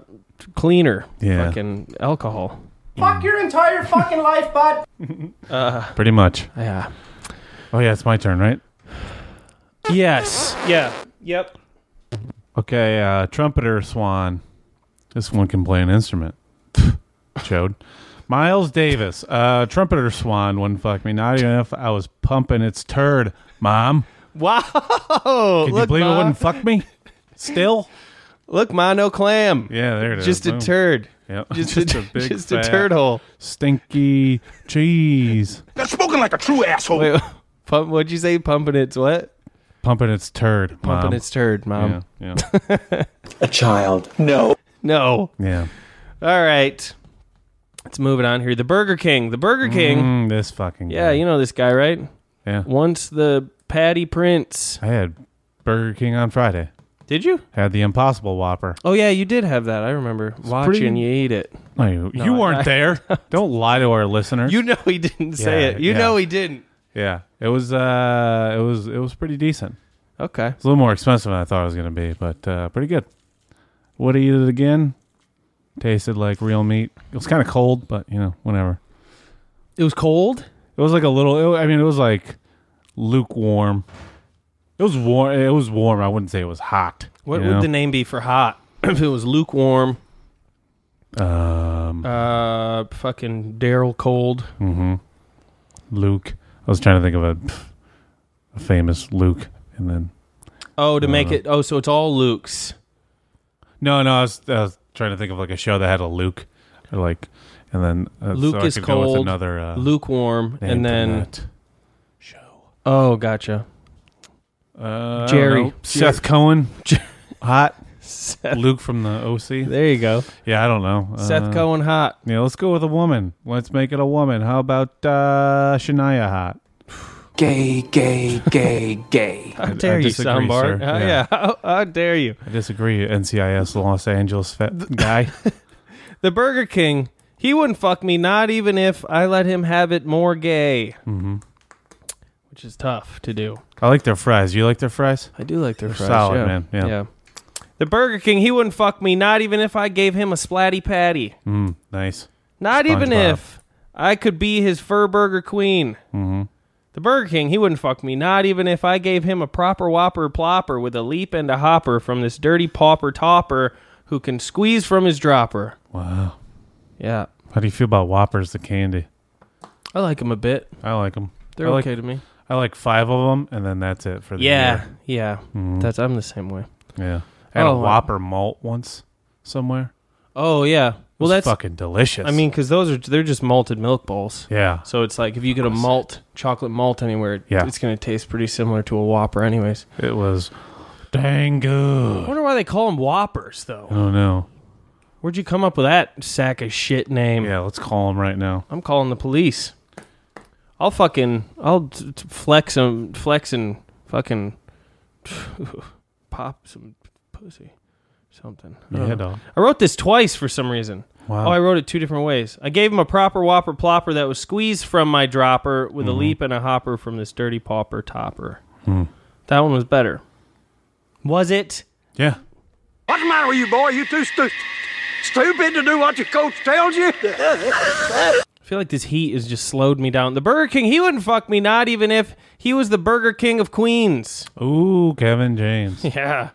cleaner
Yeah.
fucking alcohol.
Fuck your entire fucking life, bud.
Pretty much.
Yeah.
Oh yeah, it's my turn, right?
Yes. Yeah. Yep.
Okay, uh, trumpeter swan. This one can play an instrument. Chode. Miles Davis, uh, trumpeter swan wouldn't fuck me. Not even if I was pumping its turd, mom.
Wow.
Can you
look,
believe it
Ma.
wouldn't fuck me? Still?
Look, ma, no clam.
Yeah, there it is.
just a
Boom.
turd.
Yep.
Just,
Just
a,
a big
just
fat-
a turd hole.
Stinky cheese.
That's spoken like a true asshole.
Wait, pump, what'd you say? Pumping its what?
Pumping its turd.
Pumping
mom.
its um. turd, mom.
Yeah, yeah.
No.
yeah.
All right. Let's move it on here. The Burger King. The Burger King.
Mm, this fucking
Yeah,
guy.
you know this guy, right?
Yeah.
Once the Patty Prince.
I had Burger King on Friday.
Did you?
Had the Impossible Whopper.
Oh yeah, you did have that. I remember watching
pretty-
you eat it.
No, you, you weren't there. Don't lie to our listeners.
You know he didn't say
Yeah,
it. You
yeah.
know he didn't.
yeah, it was uh, it was it was pretty decent.
Okay.
It's a little more expensive than I thought it was going to be, but uh, pretty good. Would I eat it again? Tasted like real meat. It was kind of cold, but you know, whatever.
It was cold.
It was like a little. It, wa- I mean, it was like lukewarm. It was warm. It was warm. I wouldn't say it was hot.
What
you
would
know?
the name be for hot? if it was lukewarm,
um
uh, fucking Daryl cold.
hmm Luke? I was trying to think of a, a famous Luke, and then
Oh, to
I
make
don't
it. Oh, so it's all Luke's.
No, no, I was, I was trying to think of like a show that had a Luke, or like, and then uh,
Luke
so I
is
could go with
cold.
another uh,
lukewarm, and
name for
then
that.
oh, gotcha.
Uh, I don't
Jerry.
know. Seth Cohen, hot
Seth,
Luke from the OC.
there you go.
Yeah, I don't know.
Seth
Uh,
Cohen hot.
Yeah, let's go with a woman. Let's make it a woman. How about uh, Shania Hot?
Gay, gay, gay, gay.
How dare you,
disagree,
soundbar?
sir.
How- yeah,
Yeah.
How, how dare you?
I disagree. NCIS Los Angeles fat guy.
The Burger King, he wouldn't fuck me, not even if I let him have it more gay. Mm-hmm. Which is tough to do.
I like their fries. You like their fries?
I do like their fries.
solid,
yeah.
man. Yeah.
The Burger King, he wouldn't fuck me, not even if I gave him a splatty patty.
Mm, nice.
Not even
SpongeBob.
if I could be his fur burger queen. Mm-hmm. The Burger King, he wouldn't fuck me. Not even if I gave him a proper whopper plopper with a leap and a hopper from this dirty pauper topper who can squeeze from his dropper.
Wow.
Yeah,
How do you feel about Whoppers, the candy?
I like him a bit.
I like them.
They're
I like,
okay to me.
I like five of them, and then that's it for the
Yeah,
year.
yeah.
Mm-hmm.
That's I'm the same way.
Yeah. I had
Oh,
a
wow.
Whopper malt once somewhere.
Oh yeah.
It was
Well, that's
fucking delicious.
I mean, because those are they're just malted milk balls.
yeah,
So it's like if you get a malt chocolate malt anywhere,
Yeah.
it's gonna taste pretty similar to a Whopper, anyways.
it was dang
I
good.
wonder why they call them Whoppers though.
Oh no.
Where'd you come up with that sack of shit name?
Yeah, let's call him right now.
I'm calling the police. I'll fucking I'll t- t- flex them, flex and fucking pop some pussy, something. I don't
Yeah,
know.
dog.
I wrote this twice for some reason.
Wow.
Oh, I wrote it two different ways. I gave him a proper whopper plopper that was squeezed from my dropper with a leap and a hopper from this dirty pauper topper. That one was better. Hmm. Was it?
yeah.
What's the matter with you, boy? You too stu- stupid to do what your coach tells you?
I feel like this heat has just slowed me down. The Burger King, he wouldn't fuck me, not even if he was the Burger King of Queens.
Ooh, Kevin James.
Yeah.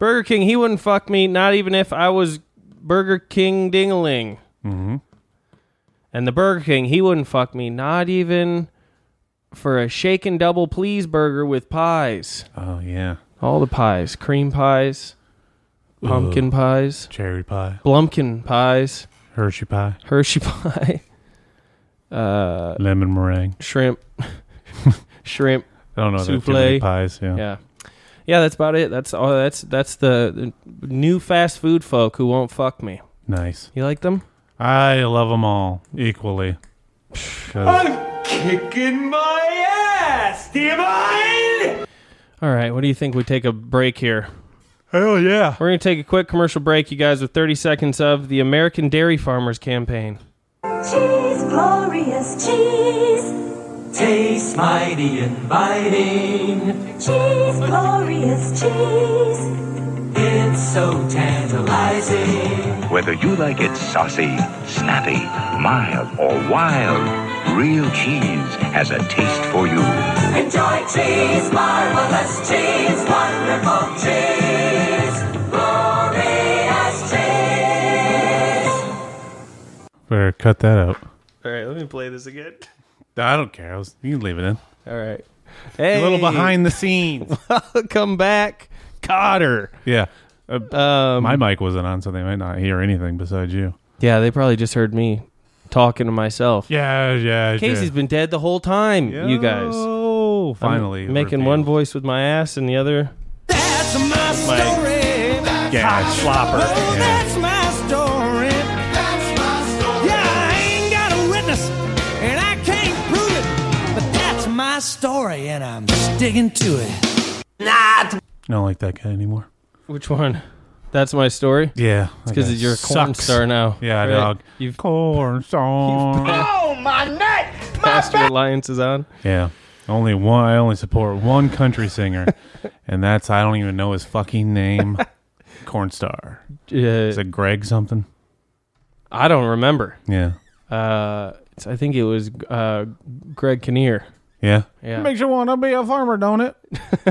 Burger King, he wouldn't fuck me, not even if I was Burger King Dingaling. Mm-hmm. And the Burger King, he wouldn't fuck me, not even for a shaken double please burger with pies.
oh yeah.
All the pies, cream pies, pumpkin pies,
cherry pie,
blumpkin pies,
Hershey pie,
Hershey pie, uh,
lemon meringue.
shrimp, shrimp.
I don't know. there are too
Souffle.
many pies. Yeah.
Yeah, yeah. That's about it. That's all. That's that's the the new fast food folk who won't fuck me.
Nice.
You like them?
I love them all equally.
uh,
'Cause-
All right. What do you think? We take a break here.
Hell yeah.
We're gonna take a quick commercial break, you guys, with 30 seconds of the American Dairy Farmers Campaign.
Cheese, glorious cheese.
Taste mighty inviting.
Cheese, glorious cheese.
It's so tantalizing.
Whether you like it saucy, snappy, mild, or wild, real cheese has a taste for you.
Enjoy cheese, marvelous cheese, wonderful cheese, glorious cheese.
Better cut that out.
All right. Let me play this again.
I don't care. I was- you can leave it in.
All right. Hey,
A little behind the scenes.
Come back, Cotter.
yeah.
Um,
My mic wasn't on, so they might not hear anything besides you.
yeah, they probably just heard me talking to myself.
Yeah, yeah.
Casey's been dead the whole time, you guys.
Oh,
I'm
finally.
making one voice with my ass and the other.
That's my story.
Yeah, slopper.
Oh, that's my story. Yeah, I ain't got a witness, and I can't prove it, but that's my story, and I'm sticking to it.
I don't like that guy anymore.
Which one? That's my story.
Yeah. that
Because
guy
you're a corn
sucks.
star now.
Yeah, dog.
You've
Corn star.
Oh,
passed your alliances on.
Yeah. Only one. I only support one country singer, and that's I don't even know his fucking name. Corn star.
Uh,
Is it Greg something?
I don't remember.
Yeah.
Uh, it's- I think it was uh, Greg Kinnear.
Yeah.
Yeah.
Makes you want to be a farmer, don't it?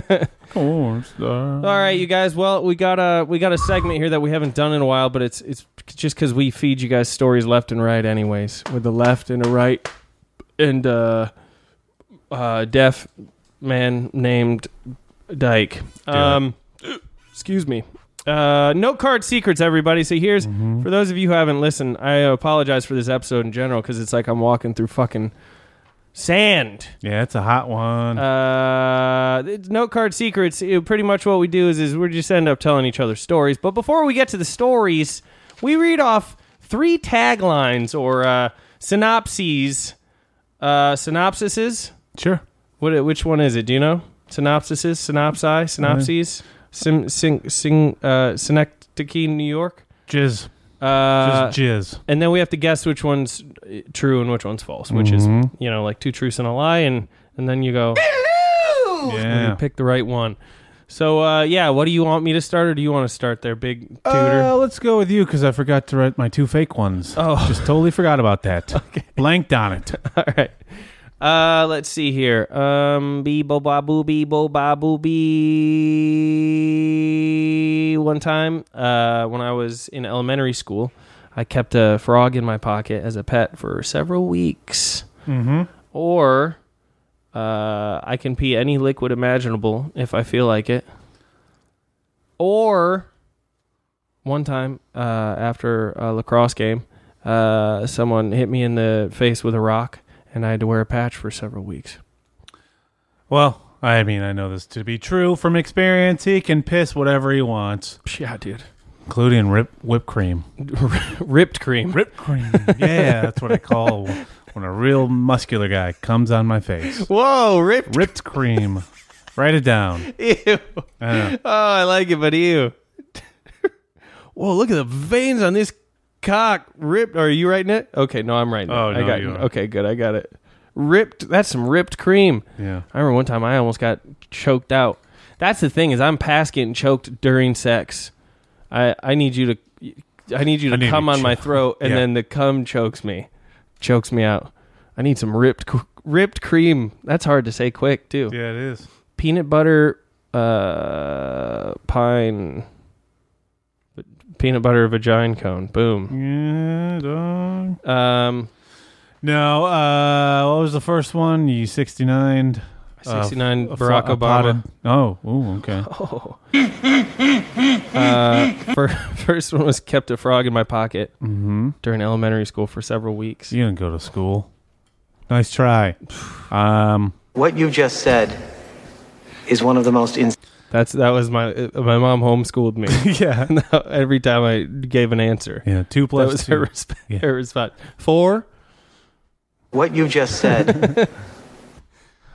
Corn star.
All right, you guys. Well, we got a we got a segment here that we haven't done in a while, but it's it's just because we feed you guys stories left and right, anyways, with a left and a right, and uh, uh, deaf man named Dyke. Um, excuse me. Uh, no card secrets, everybody. So here's for those of you who haven't listened. I apologize for this episode in general because it's like I'm walking through fucking sand.
Yeah, it's a hot one.
Uh, it's note card secrets. It- pretty much what we do is is we just end up telling each other stories. But before we get to the stories, we read off three taglines or uh, synopses. Uh, synopsises.
sure.
What? Which one is it? Do you know? Synopsises. Synopsi. Synopses. Sim. Sing. Sing. Uh, Synecdoche, New York.
Jizz.
Uh,
Just jizz.
and then we have to guess which one's uh, true and which one's false, which is you know like two truths and a lie, and and then you go.
Yeah.
You pick the right one. So uh, yeah, what do you want me to start, or do you want to start there, big tutor?
Uh, let's go with you because I forgot to write my two fake ones.
Oh.
just totally forgot about that. Blanked on it.
All right. Uh, let's see here. Um, bee bo ba boo bee bo ba boo bee. One time, uh, when I was in elementary school, I kept a frog in my pocket as a pet for several weeks. Mm-hmm. Or, uh, I can pee any liquid imaginable if I feel like it. Or, one time uh, after a lacrosse game, uh, someone hit me in the face with a rock, and I had to wear a patch for several weeks.
Well, I mean, I know this to be true from experience. He can piss whatever he wants,
Yeah, dude.
including rip, whipped cream.
Ripped cream.
Whipped cream. yeah, that's what I call when a real muscular guy comes on my face.
Whoa, ripped.
Ripped cream. Write it down.
Ew.
I don't know.
Oh, I like it, but ew. Whoa, look at the veins on this cock. Ripped. Are you writing it? Okay, no, I'm writing
Oh,
it. I
no,
got
you are.
Okay, good. I got it. Ripped. That's some ripped cream.
Yeah.
I remember one time I almost got choked out. That's the thing is I'm past getting choked during sex. I I need you to I need you
I
to
need
come
to
on my
choke.
throat and
Yeah.
then the cum chokes me. Chokes me out. I need some ripped cr- ripped cream. That's hard to say quick, too.
Yeah, it is.
Peanut butter uh pine peanut butter vagina cone. Boom.
Yeah, dog.
Um
No, uh, what was the first one? You 69'd uh,
69
f-
Barack
a
Obama.
potted- Oh, ooh, okay.
Oh. uh, fir- first one was kept a frog in my pocket during elementary school for several weeks.
You didn't go to school. Nice try. Um,
What you've just said is one of the most ins-
That's that was my uh, my mom homeschooled me.
yeah,
every time I gave an answer.
Yeah, two plus
That was
two.
her, resp- her response. Four.
What you've just said.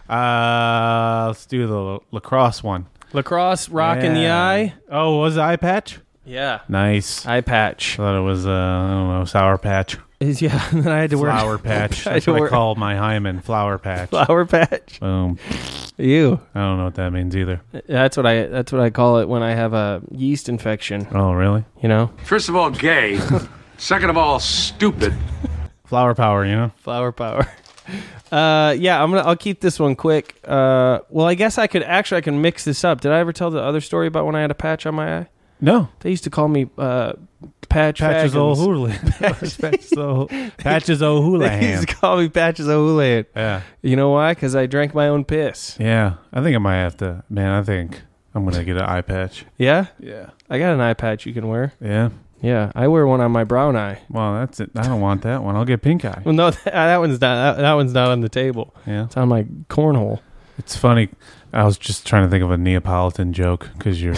uh, let's do the la- lacrosse one.
Lacrosse, rock in the
Yeah.
eye.
Oh, was it eye patch?
Yeah.
Nice
eye patch.
I thought it was uh, I don't know sour patch.
Is- yeah, and then I had to wear
flower patch.
I had
That's
to
what I
wear-
call my hymen flower patch.
Flower patch.
Boom.
You.
I don't know what that means either.
That's what I that's what I call it when I have a yeast infection.
Oh, really?
You know,
First of all, gay. Second of all, stupid.
Flower power. You know.
flower power. Uh, yeah, I'm gonna. I'll keep this one quick. Uh, well, I guess I could actually I can mix this up. Did I ever tell the other story about when I had a patch on my eye?
No.
They used to call me uh, Patch
Patches
Fagans.
O'Houlihan. Patches O- Patches
They used
O'Houlihan.
to call me Patches O'Houlihan.
Yeah.
You know why? Because I drank my own piss.
Yeah, I think I might have to. Man, I think I'm gonna get an eye patch.
Yeah.
Yeah.
I got an eye patch you can wear.
Yeah.
Yeah, I wear one on my brown eye.
Well, that's it. I don't want that one. I'll get pink eye.
Well, no, that, that one's not. That, that one's not on the table.
Yeah.
It's on my cornhole.
It's funny. I was just trying to think of a Neapolitan joke because your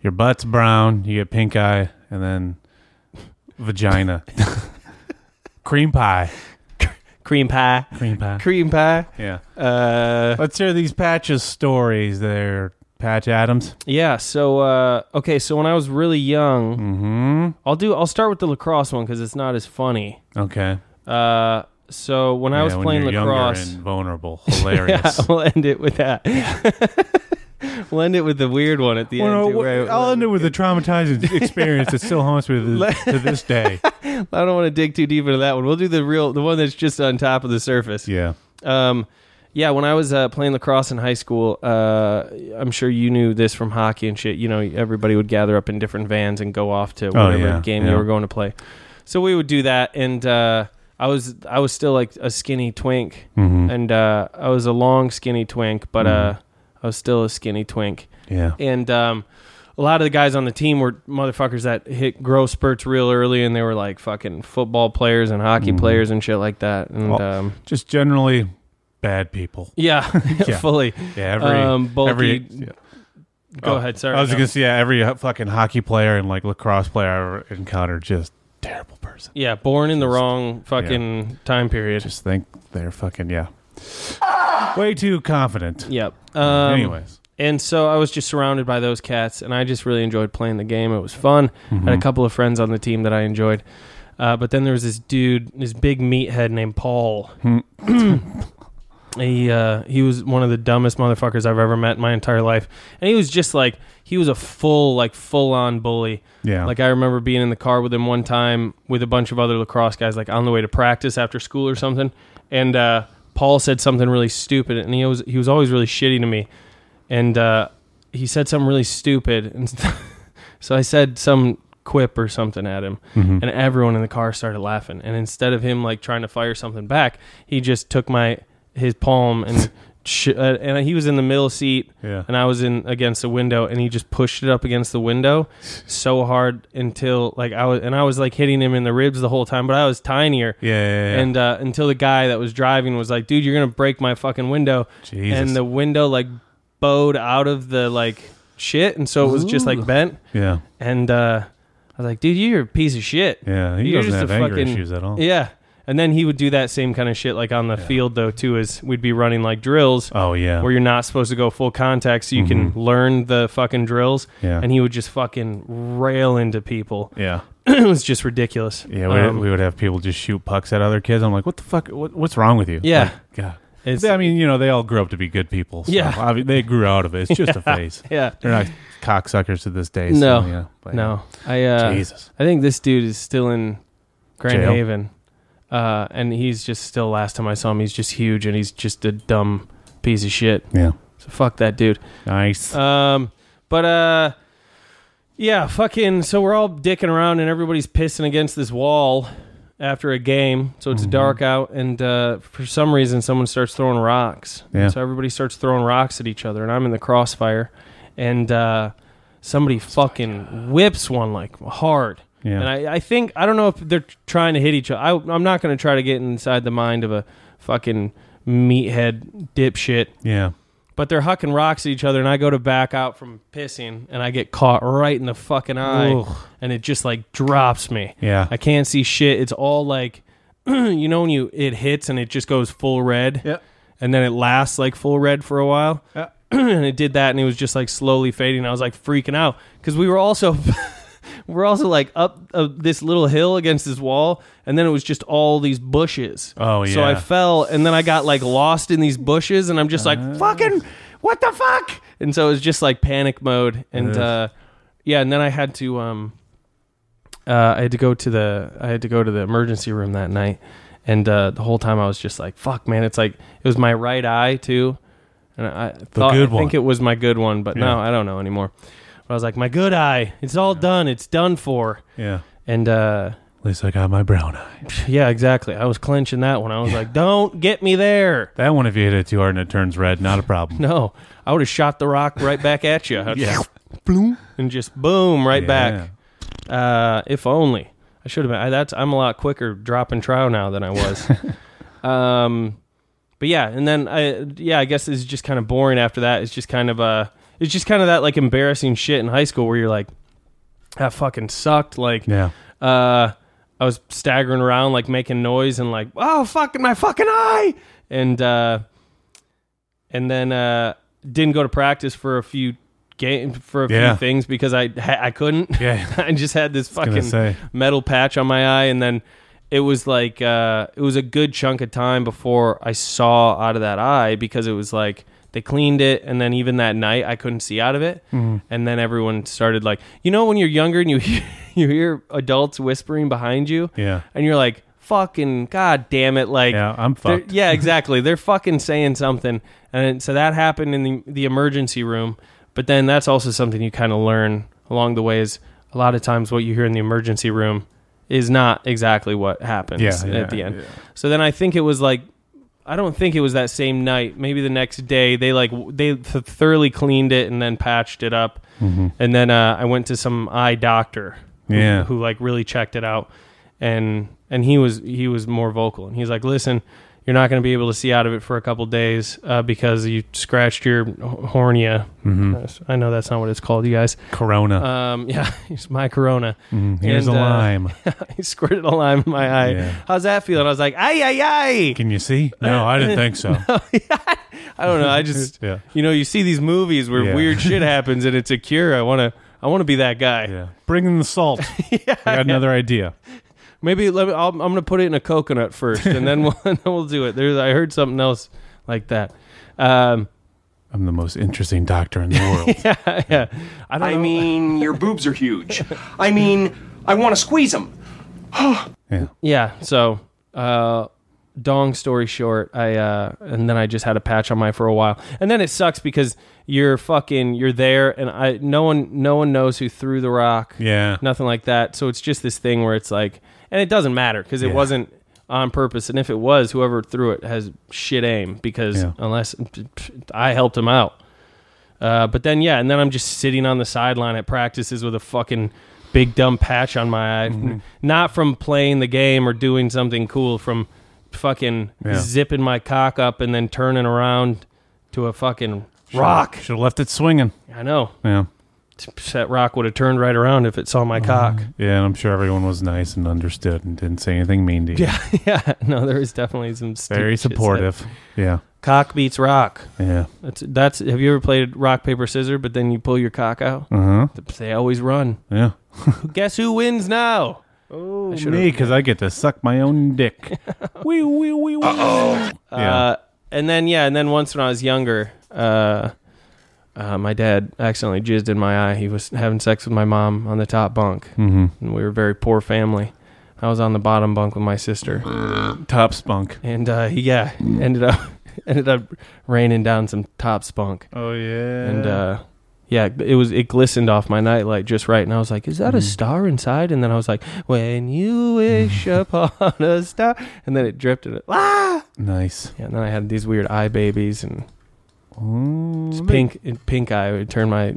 your butt's brown, you get pink eye, and then vagina, cream pie,
Cream pie.
cream pie.
Cream pie.
Yeah.
Uh,
Let's hear these patches stories. There, Patch Adams.
yeah. So uh, okay. So when I was really young,
Mm-hmm.
I'll do. I'll start with the lacrosse one because it's not as funny.
Okay.
Uh, so when I was
Yeah,
playing
you're younger
lacrosse,
and vulnerable, hilarious.
yeah, we'll end it with that. we'll end it with the weird one at the
Well,
end.
no,
too,
what-
right?
I'll end it with a traumatizing experience that still haunts me to this, to this day.
I don't want to dig too deep into that one. We'll do the real, the one that's just on top of the surface.
Yeah.
Um, yeah, when I was uh, playing lacrosse in high school, uh, I'm sure you knew this from hockey and shit. You know, everybody would gather up in different vans and go off to whatever
Oh, yeah,
game
yeah.
you were going to play. So we would do that, and uh, I was I was still like a skinny twink,
Mhm.
and uh, I was a long skinny twink, but uh, I was still a skinny twink.
Mm-hmm. Yeah.
And um, a lot of the guys on the team were motherfuckers that hit growth spurts real early, and they were like fucking football players and hockey players and shit like that. And
Mm-hmm. Well,
um,
Just generally bad people.
yeah,
Yeah.
fully.
Yeah, every
Um, bulky-
every. yeah.
Go
Oh,
ahead, sorry.
I was
No.
gonna say yeah, every ho- fucking hockey player and like lacrosse player I ever encountered just terrible person.
Yeah, born in the wrong fucking time period.
Just think they're fucking yeah, way too confident.
yep. Um,
Anyways,
and so I was just surrounded by those cats, and I just really enjoyed playing the game. It was fun. I had a couple of friends on the team that I enjoyed. Uh, but then there was this dude, this big meathead named Paul. he uh, he was one of the dumbest motherfuckers I've ever met in my entire life, and he was just like he was a full like full on bully.
Yeah.
Like I remember being in the car with him one time with a bunch of other lacrosse guys, like on the way to practice after school or something, and uh, Paul said something really stupid, and he was he was always really shitty to me, and uh, he said something really stupid, and so I said some quip or something at him,
Mm-hmm.
and everyone in the car started laughing. And instead of him like trying to fire something back, he just took my his palm and sh- uh, and he was in the middle seat,
Yeah.
and I was in against the window, and he just pushed it up against the window so hard until like I was and I was like hitting him in the ribs the whole time, but I was tinier.
yeah, yeah, yeah.
And uh, until the guy that was driving was like, "Dude, you're gonna break my fucking window,"
Jesus.
and the window like bowed out of the like shit, and so it was just like bent.
yeah,
And uh, I was like, "Dude, you're a piece of shit."
yeah. He
You're
doesn't
just
have
a
anger
fucking-
issues at all.
Yeah. And then he would do that same kind of shit like on the field though too, as we'd be running like drills
Oh yeah, Mm-hmm.
where you're not supposed to go full contact, so you can learn the fucking drills.
Yeah.
And he would just fucking rail into people.
yeah.
it was just ridiculous.
Yeah, we,
Um,
we would have people just shoot pucks at other kids. I'm like, what the fuck? What, what's wrong with you?
Yeah.
Like, God.
It's-
They- I mean, you know, they all grew up to be good people. So
Yeah.
obvi- they grew out of it. It's just a phase.
yeah.
They're not cocksuckers to this day.
no,
So, yeah, but-
no. I uh,
Jesus.
I think this dude is still in Grand
Jail?
Haven, uh, and he's just still. Last time I saw him, he's just huge, and he's just a dumb piece of shit.
Yeah.
So fuck that dude.
Nice.
Um, but uh, yeah, fucking. So we're all dicking around, and everybody's pissing against this wall, after a game, so
Mm-hmm.
it's dark out, and uh, for some reason, someone starts throwing rocks.
Yeah.
So everybody starts throwing rocks at each other, and I'm in the crossfire, and uh, somebody fucking whips one like hard.
Yeah.
And I, I think I don't know if they're trying to hit each other. I, I'm not going to try to get inside the mind of a fucking meathead dipshit.
Yeah.
But they're hucking rocks at each other, and I go to back out from pissing, and I get caught right in the fucking eye,
Ugh.
and it just like drops me.
Yeah.
I can't see shit. It's all like, you know, when you it hits and it just goes full red.
Yeah.
And then it lasts like full red for a while.
Yeah.
and it did that, and it was just like slowly fading. I was like freaking out because we were also. We're also like up uh, this little hill against this wall, and then it was just all these bushes.
Oh,
So I
yeah.
fell, and then I got like lost in these bushes, and I'm just
Ah.
like, fucking, what the fuck? And so it was just like panic mode, and
Ugh.
uh, yeah, and then I had to, um, uh, I had to go to the, I had to go to the emergency room that night, and uh, the whole time I was just like, fuck, man, it's like it was my right eye too, and I thought,
good
I think
one.
it was my good one, but
Yeah.
no, I don't know anymore. But I was like, my good eye, it's all done, it's done for,
Yeah.
and uh,
At least I got my brown eye.
yeah, exactly. I was clenching that one. I was like, don't get me there.
That one, if you hit it too hard and it turns red, not a problem.
No, I would have shot the rock right back at you. I'd-
Yeah.
Bloom. and just boom right
Yeah.
back. Uh, if only I should have been. I, that's I'm a lot quicker dropping trow now than I was. um, but yeah, and then I yeah I guess it's just kind of boring after that. It's just kind of uh it's just kind of that like embarrassing shit in high school where you're like that fucking sucked. Like
Yeah.
uh, I was staggering around, like making noise and like, oh fucking my fucking eye, and uh, and then uh, didn't go to practice for a few game for a
Yeah.
few things because I ha- I couldn't.
Yeah.
I just had this
gonna
fucking
say.
metal patch on my eye, and then it was like uh, it was a good chunk of time before I saw out of that eye because it was like. They cleaned it, and then even that night, I couldn't see out of it
Mhm.
and then everyone started like you know when you're younger and you hear, you hear adults whispering behind you
Yeah.
and you're like fucking god damn it like
Yeah, I'm
they're-
fucked.
yeah exactly they're fucking saying something and so that happened in the, the emergency room but then that's also something you kind of learn along the way is a lot of times what you hear in the emergency room is not exactly what happens
Yeah, yeah,
at the end
yeah.
so then i think it was like I don't think it was that same night. Maybe the next day they like w- they th- thoroughly cleaned it and then patched it up.
Mhm.
And then uh, I went to some eye doctor, who,
Yeah.
who like really checked it out, and and he was he was more vocal and he's like, listen, you're not going to be able to see out of it for a couple days uh, because you scratched your h- hornea.
Mhm.
That's- I know that's not what it's called, you guys.
Corona.
Um, yeah, it's my corona.
Mhm. Here's
And,
a
uh,
lime.
he squirted a lime in my eye.
Yeah.
How's that feeling? I was like, ay ay ay.
Can you see? No, I didn't think so.
I don't know. I just,
Yeah.
you know, you see these movies where
Yeah.
weird shit happens and it's a cure. I want to, I want to be that guy.
Yeah. Bring in the salt. I got another idea.
Maybe let me, I'll, I'm going to put it in a coconut first, and then we'll, and then we'll do it. There's, I heard something else like that. Um,
I'm the most interesting doctor in the world.
yeah, yeah. I don't
I
know.
mean, your boobs are huge. I mean, I want to squeeze them.
Yeah. So, uh, dong story short, I uh, and then I just had a patch on my for a while, and then it sucks because you're fucking you're there, and I no one no one knows who threw the rock,
Yeah.
nothing like that. So it's just this thing where it's like, and it doesn't matter because it
Yeah.
wasn't on purpose, and if it was, whoever threw it has shit aim because
Yeah.
unless I helped him out. Uh, but then yeah, and then I'm just sitting on the sideline at practices with a fucking big dumb patch on my eye,
Mm-hmm.
N- not from playing the game or doing something cool, from fucking
Yeah.
zipping my cock up and then turning around to a fucking rock.
Should have left it swinging.
I know
Yeah.
that rock would have turned right around if it saw
Mm-hmm.
my cock.
Yeah, and I'm sure everyone was nice and understood and didn't say anything mean to you.
Yeah, yeah. No, there is definitely some stupid
Very
shit said.
supportive. Yeah.
Cock beats rock.
Yeah.
That's that's. Have you ever played rock paper scissors? But then you pull your cock out.
Uh huh.
They always run.
Yeah.
Guess who wins now? Oh,
Me, because I get to suck my own dick. wee, wee, wee, wee. Uh-oh. Yeah.
Uh, and then yeah, and then once when I was younger, uh, uh, my dad accidentally jizzed in my eye. He was having sex with my mom on the top bunk,
Mhm.
and we were a very poor family. I was on the bottom bunk with my sister,
Top spunk.
and uh, he yeah ended up ended up raining down some top spunk,
Oh, yeah.
and uh, Yeah, it was. It glistened off my nightlight just right, and I was like, "Is
Mm-hmm.
that a star inside?" And then I was like, "When you wish upon a star," and then it dripped and it. Ah!
Nice.
Yeah, and then I had these weird eye babies and it's pink and pink eye. It would turn my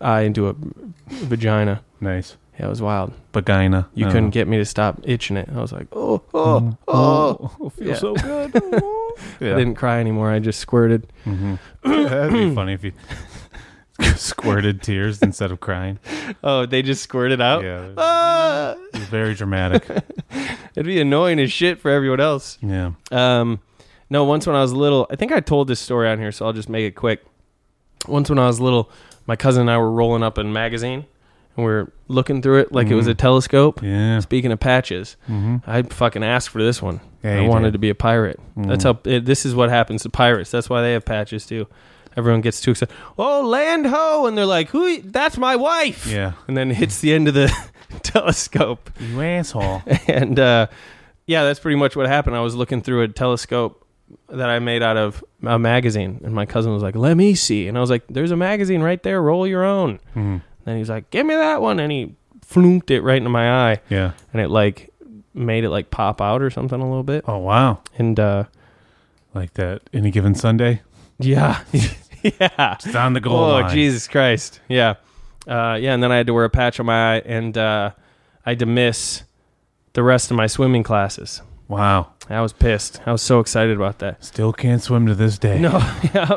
eye into a vagina.
Nice.
Yeah, it was wild.
Vagina.
You
I don't
couldn't
know.
get me to stop itching it. I was like, oh,
Mm.
oh, oh,
Oh, feels so good. Yeah.
I didn't cry anymore. I just squirted.
That'd be funny if you squirted tears instead of crying. Oh,
Oh, they just squirted out.
Yeah.
Ah!
It's very dramatic.
It'd be annoying as shit for everyone else.
Yeah.
Um, no, once when I was little, I think I told this story on here, so I'll just make it quick. Once when I was little, my cousin and I were rolling up a magazine and we are looking through it like it was
Mhm.
a telescope.
Yeah.
Speaking of patches,
Mhm.
I fucking asked for this one.
Yeah,
I
you
wanted
did. Mm-hmm.
to be a pirate. That's how. It, this is what happens to pirates. That's why they have patches too. Everyone gets too excited. Oh, land ho! And they're like, "Who? That's my wife."
Yeah.
And then hits the end of the telescope.
You asshole.
and uh, yeah, that's pretty much what happened. I was looking through a telescope that I made out of a magazine, and my cousin was like, "Let me see," and I was like, "There's a magazine right there. Roll your own."
Mhm.
Then he was like, "Give me that one," and he flunked it right into my eye.
Yeah.
and it like made it like pop out or something a little bit.
Oh wow.
And uh
like that any given Sunday.
Yeah. yeah. It's
on the goal
oh,
line.
Jesus Christ. Yeah. Uh, yeah, and then I had to wear a patch on my eye, and uh, I had to miss the rest of my swimming classes.
Wow.
I was pissed. I was so excited about that.
Still can't swim to this day.
No, yeah.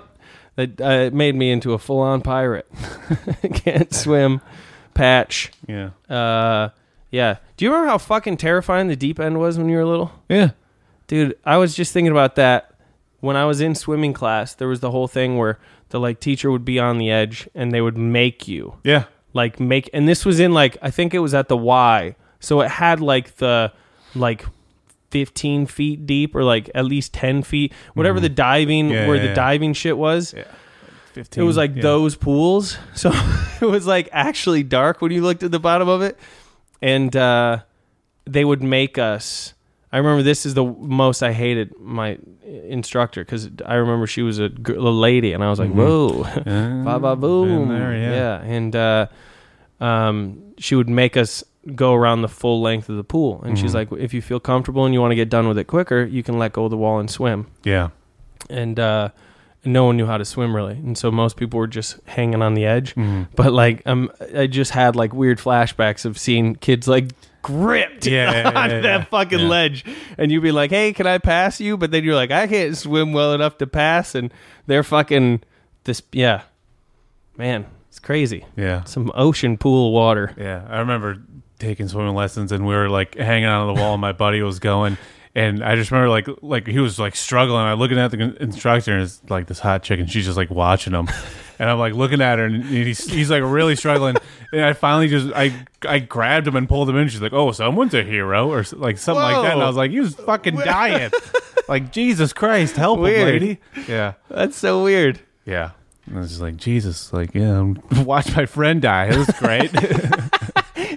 That, uh, it made me into a full on pirate. Can't swim, patch.
Yeah.
Uh, yeah. Do you remember how fucking terrifying the deep end was when you were little?
Yeah.
Dude, I was just thinking about that. When I was in swimming class, there was the whole thing where the like teacher would be on the edge and they would make you.
Yeah.
Like make and this was in like I think it was at the Y. So it had like the like 15 feet deep or like at least 10 feet whatever the diving
Mm-hmm. Yeah,
where
yeah,
the
yeah.
diving shit was yeah.
15,
it was like
yeah.
those pools so it was like actually dark when you looked at the bottom of it and uh they would make us i remember this is the most i hated my instructor because i remember she was a, gr- a lady and i was like
Mhm.
whoa
Uh,
ba ba boom
been there, yeah.
and uh um she would make us go around the full length of the pool and she's
Mhm.
like if you feel comfortable and you want to get done with it quicker you can let go of the wall and swim
Yeah.
and uh, no one knew how to swim really, and so most people were just hanging on the edge.
Mhm.
But like, um, I just had like weird flashbacks of seeing kids like gripped
Yeah, yeah, yeah,
onto
yeah,
that
yeah.
fucking
Yeah.
ledge, and you'd be like, "Hey, can I pass you?" But then you're like, "I can't swim well enough to pass," and they're fucking this. Yeah, man, it's crazy.
Yeah.
some ocean pool water.
Yeah, I remember taking swimming lessons, and we were like hanging out on the wall, and my buddy was going, and I just remember like like he was like struggling. I looking at the con- instructor, and it's like this hot chick, and she's just like watching him, and I'm like looking at her, and he's he's like really struggling, and I finally just I I grabbed him and pulled him in. She's like, "Oh, someone's a hero," or s- like something like that, and I
Whoa.
was like, "You was fucking dying." Like Jesus Christ, help him,
Weird.
lady! Yeah,
That's so weird.
yeah. And I was just like, Jesus, like, yeah, I'm- watch my friend die. It was great.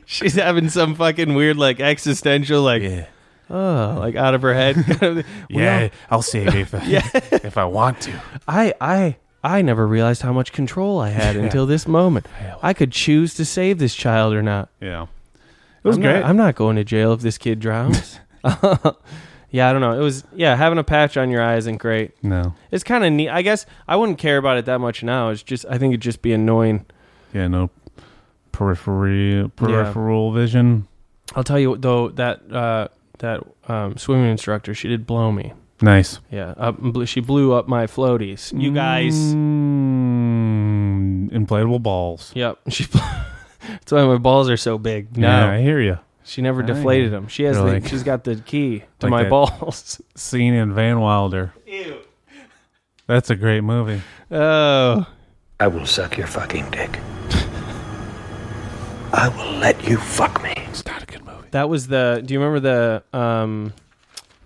She's having some fucking weird like existential like. Oh, like out of her head. We
Yeah,
all-
I'll save if
Yeah.
if I want to.
I I I never realized how much control I had until this moment. I could choose to save this child or not.
Yeah, it was
I'm
great.
Not, I'm not going to jail if this kid drowns. yeah, I don't know. It was yeah, having a patch on your eye isn't great.
no,
It's kind of neat. I guess I wouldn't care about it that much now. It's just I think it'd just be annoying.
yeah, no periphery peripheral vision.
I'll tell you what, though that uh, that um, swimming instructor she did blow me.
Nice.
Yeah, up, bl- she blew up my floaties. You guys.
Mm, inflatable balls.
Yep. She. That's why my balls are so big. No,
Yeah, I hear you.
she never
I-
deflated them. She has. The,
They're like-
she's got the key to
like
my
that
balls.
Scene in Van Wilder.
Ew.
That's a great movie.
Oh.
I will suck your fucking dick. I will let you fuck me. It's not a good movie.
That was the. Do you remember the um,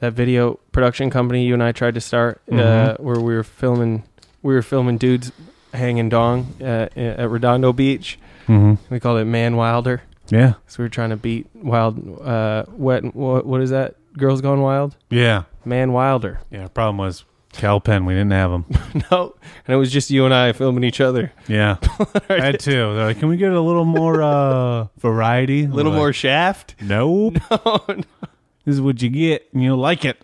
that video production company you and I tried to start, uh,
Mhm.
where we were filming, we were filming dudes hanging dong uh, at Redondo Beach.
Mhm.
We called it Man Wilder.
Yeah.
So we were trying to beat Wild. Uh, wet. What, what is that? Girls Gone Wild.
Yeah.
Man Wilder.
Yeah. Problem was Cal Penn, we didn't have him.
no, and it was just you and I filming each other.
Yeah, I had two. They're like, can we get a little more uh, variety? A
Little more shaft?
No,
no,
This is what you get, and you'll like it.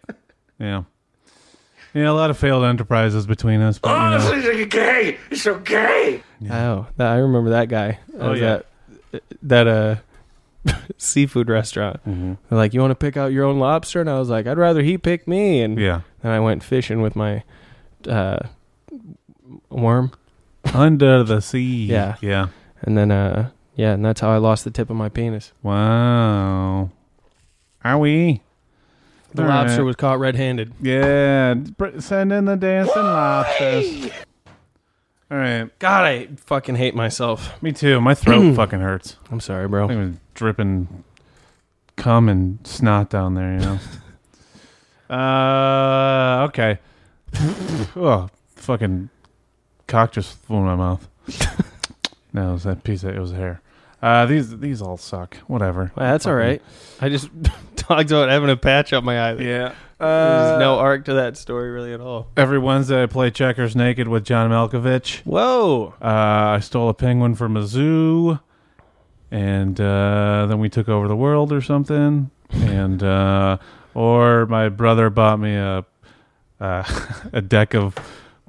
Yeah, yeah. A lot of failed enterprises between us. But, you know.
is gay. It's so gay.
Oh, that, I remember that guy.
Oh,
Uh,
yeah.
that that uh seafood restaurant.
Mm-hmm.
They're like, you want to pick out your own lobster? And I was like, I'd rather he pick me. And
Yeah.
then I went fishing with my uh worm
under the sea.
Yeah,
yeah.
And then uh yeah, and that's how I lost the tip of my penis.
Wow. Are we?
The
All
lobster
right.
was caught red-handed.
Yeah, br- send in the dancing lobsters. All right.
God, I fucking hate myself.
Me too. My throat fucking hurts.
I'm sorry, bro.
I think it was dripping cum and snot down there, you know. uh, okay. oh, fucking cock just flew in my mouth. no, it was that piece of it was hair. Uh, these these all suck. Whatever.
Well, that's all
Fucking-
right. I just talked about having a patch up my eyelid.
Yeah. Uh,
There's no arc to that story really at all.
Every Wednesday, I play checkers naked with John Malkovich.
Whoa!
Uh, I stole a penguin from a zoo, and uh, then we took over the world or something. And uh, or my brother bought me a uh, a deck of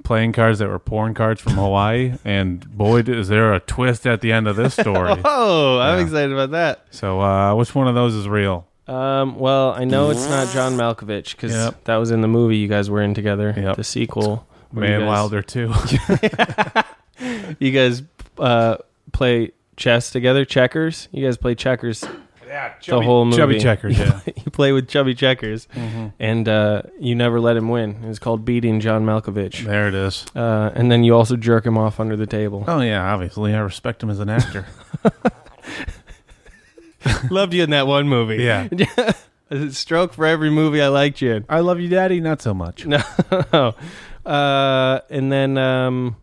playing cards that were porn cards from Hawaii, and boy, is there a twist at the end of this story.
Oh, I'm
Yeah.
excited about that.
So, uh, which one of those is real?
Um, well, I know it's not John Malkovich because
Yep.
that was in the movie you guys were in together. The sequel, where you
Man
guys-
Wilder too.
You guys uh, play chess together, checkers. You guys play checkers.
Yeah,
the
chubby-
whole movie.
chubby checkers,
You
yeah.
play- you play with chubby checkers,
Mm-hmm.
Mhm.
and uh, you never let him win. It's called beating John Malkovich.
There it is.
Uh, and then you also jerk him off under the table.
oh yeah, obviously I respect him as an actor.
Loved you in that one movie.
Yeah.
Stroke for every movie I liked you in.
I love you, Daddy. Not so much.
No. Oh. Uh, and then um,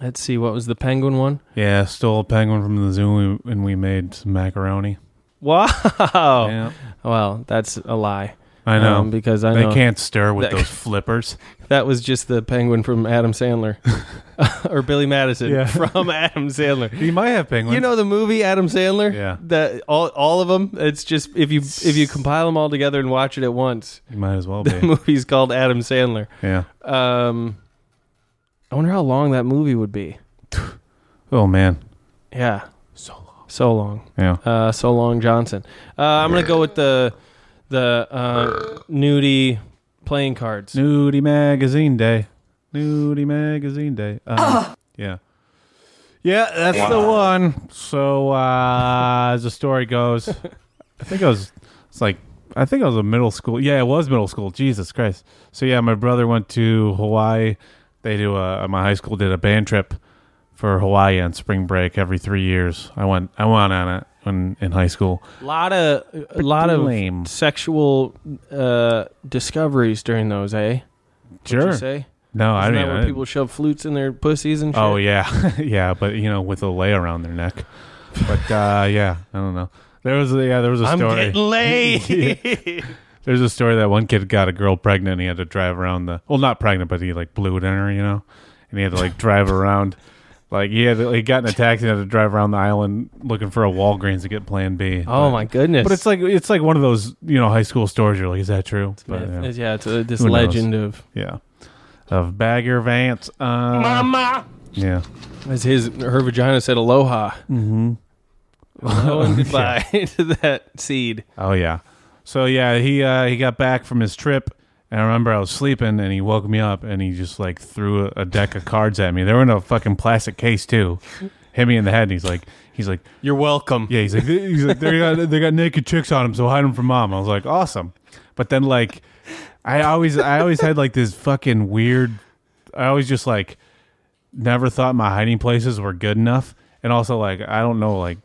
let's see, what was the penguin one?
Yeah, stole a penguin from the zoo and we- and we made some macaroni.
Wow. Oh.
Yeah.
Well, that's a lie.
I know
Um, because I
they
know
can't stir with
that,
those flippers.
That was just the penguin from Adam Sandler or Billy Madison
Yeah.
from Adam Sandler.
He might have penguins.
You know the movie Adam Sandler?
Yeah.
That all all of them. It's just if you if you compile them all together and watch it at once,
you might as well
the
be.
movie's called Adam Sandler.
Yeah.
Um, I wonder how long that movie would be.
Oh man.
Yeah. So long. So long.
Yeah.
Uh, so long, Johnson. Uh, I'm gonna go with the the uh, nudie playing cards.
Nudie magazine day. Nudie magazine day. Um, Yeah. Yeah, that's the one. So uh, as the story goes, I think I was it's like I think I was in middle school. Yeah, it was middle school. Jesus Christ. So yeah, my brother went to Hawaii. They do a uh, my high school did a band trip for Hawaii on spring break every three years. I went I went on it when in high school.
lot of a lot of
lame.
sexual uh, discoveries during those, eh? Would you
Sure.
say?
No, I
Isn't
mean
that
I
where
didn't-
people shove flutes in their pussies and shit?
Oh yeah, yeah, but you know, with a lay around their neck. But uh, yeah, I don't know. There was a, yeah, there was a
I'm
story.
getting laid.
Yeah. There's a story that one kid got a girl pregnant. and He had to drive around the well, not pregnant, but he like blew it in her, you know, and he had to like drive around. Like he had to, he got in a taxi and had to drive around the island looking for a Walgreens to get Plan B.
Oh
But-
my goodness!
But it's like it's like one of those you know high school stories. You're like, is that true? But,
myth.
yeah.
Yeah, it's a- this
Who knows?
legend of-
yeah of Bagger Vance. Uh,
Mama.
Yeah.
as his her vagina said, "Aloha."
Mm-hmm.
Hello and goodbye to that seed.
Oh yeah. So yeah, he uh, he got back from his trip, and I remember I was sleeping, and he woke me up, and he just like threw a, a deck of cards at me. They were in a fucking plastic case too. Hit me in the head, and he's like, he's like,
You're welcome.
yeah, he's like, he's like, they got they got naked chicks on him, so hide them from mom. I was like, awesome. But then like, I always I always had like this fucking weird. I always just like never thought my hiding places were good enough, and also like I don't know like.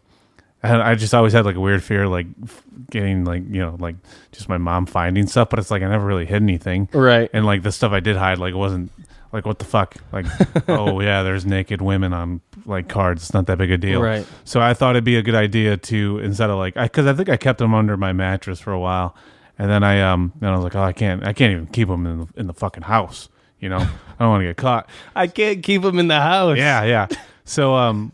I I just always had like a weird fear, like f- getting like you know like just my mom finding stuff, but it's like I never really hid anything,
Right.
And like the stuff I did hide, like it wasn't like what the fuck, like oh yeah, there's naked women on like cards. It's not that big a deal,
Right.
So I thought it'd be a good idea to instead of like because I, think I kept them under my mattress for a while, And then I um and I was like, oh, I can't, I can't even keep him in the, in the fucking house. You know, I don't want to get caught.
I can't keep him in the house.
Yeah, yeah. So um,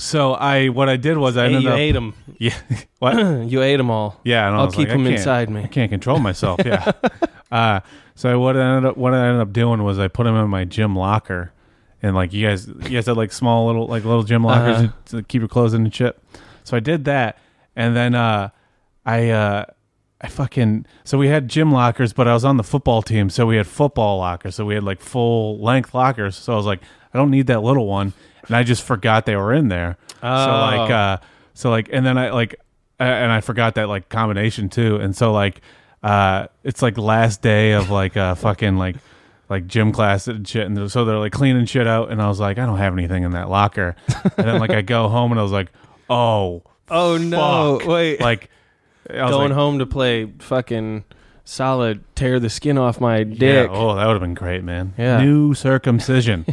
so I what I did was I
Hey,
ended
you
up,
ate 'em.
Yeah. what?
you ate them all.
Yeah. And I
I'll
was
keep
like, I
them
can't-
inside me.
I can't control myself. Yeah. uh, so what I ended up what I ended up doing was I put him in my gym locker, and like you guys, you guys had like small little like little gym lockers
Uh-huh.
to, to keep your clothes in and shit. So I did that, and then uh, I uh, I fucking so we had gym lockers, but I was on the football team, so we had football lockers, so we had like full length lockers. So I was like, I don't need that little one, and I just forgot they were in there. So
Oh.
like uh so like and then I like uh, and I forgot that like combination too. And so like uh it's like last day of like uh fucking like like gym class and shit and so they're like cleaning shit out and I was like I don't have anything in that locker. And then like I go home and I was like, "Oh,
Oh no!
fuck.
Wait,
Like I was
going
like,
home to play fucking solid, tear the skin off my
Yeah,
dick.
oh, that would have been great, man.
Yeah.
New circumcision.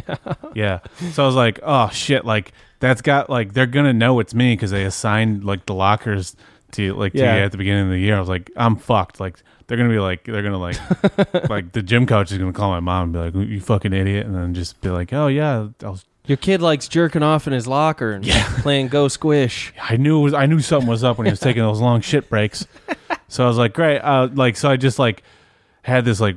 yeah. So I was like, oh shit, like that's got like they're gonna know it's me because they assigned like the lockers to like
Yeah.
to you at the beginning of the year. I was like, I'm fucked. Like they're gonna be like they're gonna like like the gym coach is gonna call my mom and be like, you fucking idiot, and then just be like, oh yeah, I was
Your kid likes jerking off in his locker and playing Go Squish.
I knew it was, I knew something was up when he was taking those long shit breaks. So I was like, great. Uh, like, so I just like had this like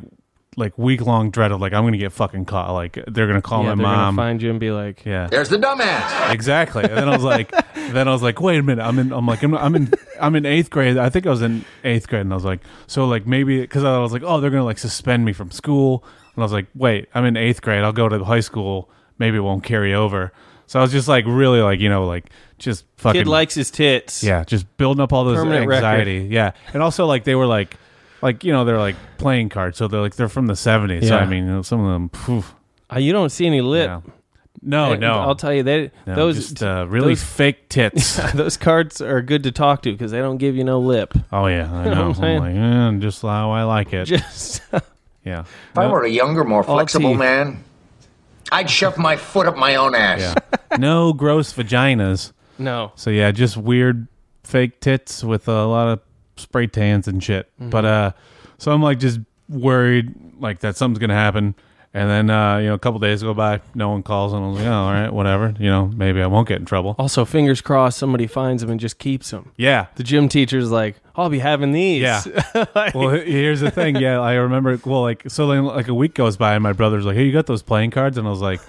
like week long dread of like I'm gonna get fucking caught. Like they're gonna call
Yeah,
my
they're gonna
mom,
find you, and be like,
yeah,
There's the dumbass.
exactly. And then I was like, then I was like, wait a minute. I'm in. I'm like, I'm, I'm in. I'm in eighth grade. I think I was in eighth grade, and I was like, so like maybe because I was like, oh, they're gonna like suspend me from school, and I was like, wait, I'm in eighth grade. I'll go to high school. Maybe it won't carry over. So I was just like really like you know like just fucking
kid likes his tits.
yeah, just building up all those
Permanent record.
anxiety. Yeah, and also like they were like, like you know they're like playing cards, so they're like they're from the seventies. So
Yeah.
I mean, you know, some of them. Phew,
Uh, you don't see any lip.
No,
And
Oh, no.
I'll tell you that
No,
those
just, uh, really fake tits.
those cards are good to talk to because they don't give you no lip.
oh yeah,
You know
I know.
what I'm
I'm
saying?
like, eh, just how I like it.
Just
yeah.
If I were a younger, more
All
flexible
teeth.
man, I'd shove my foot up my own ass.
yeah. no gross vaginas.
No.
So yeah, just weird fake tits with a lot of spray tans and shit.
Mm-hmm.
But uh so I'm like just worried like that something's gonna happen. And then uh, you know, a couple days go by, no one calls and I was like, Oh, all right, whatever. You know, maybe I won't get in trouble.
Also, fingers crossed somebody finds them and just keeps them.
Yeah.
Oh, The gym teacher's like, I'll be having these.
Yeah. well, he- here's the thing. Yeah, I remember. Well, like so, then like a week goes by, and my brother's like, "Hey, you got those playing cards?" And I was like,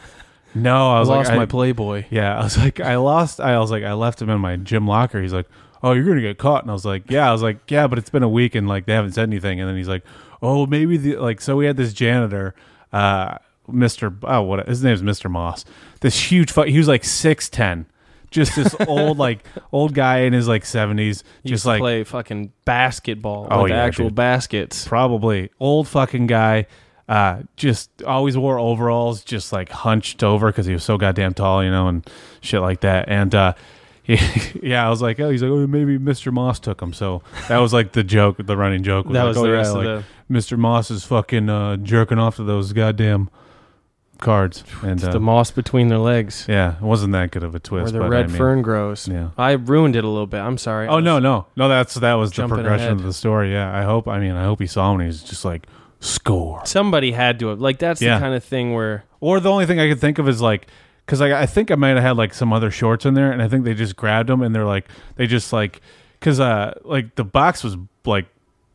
"No, I was
Lost
like,
my
I-
Playboy.
Yeah, I was like, I lost. I was like, I left him in my gym locker. He's like, "Oh, you're gonna get caught." And I was like, "Yeah." I was like, "Yeah," but it's been a week, and like they haven't said anything. And then he's like, "Oh, maybe the like." So we had this janitor, uh, Mister. Oh, what his name's Mister Moss. This huge. Fu- he was like six ten. Just this old like old guy in his like seventies, just like Oh,
play fucking basketball with actual
dude.
baskets.
Probably old fucking guy. Uh, just always wore overalls, just like hunched over because he was so goddamn tall, you know, and shit like that. And uh, yeah, I was like, oh, he's like, oh, maybe Mr. Moss took him. So that was like the joke, the running joke.
That
like,
was
oh,
the
yeah,
rest of
like, Mr. Moss is fucking uh, jerking off to those goddamn cards. And uh,
the moss between their legs.
yeah, it wasn't that good of a twist.
Where the
but
red
I mean-
fern grows.
Yeah.
I ruined it a little bit. I'm sorry.
Oh no, no, no. That's that was the
Jumping
progression
ahead.
of the story. Yeah, I hope. I mean, I hope he saw him. and He's just like score.
Somebody had to have. Like, that's
Yeah.
the kind of thing where.
Or the only thing I could think of is like, because I, I think I might have had like some other shorts in there, and I think they just grabbed them and they're like, they just like, because uh, like the box was like,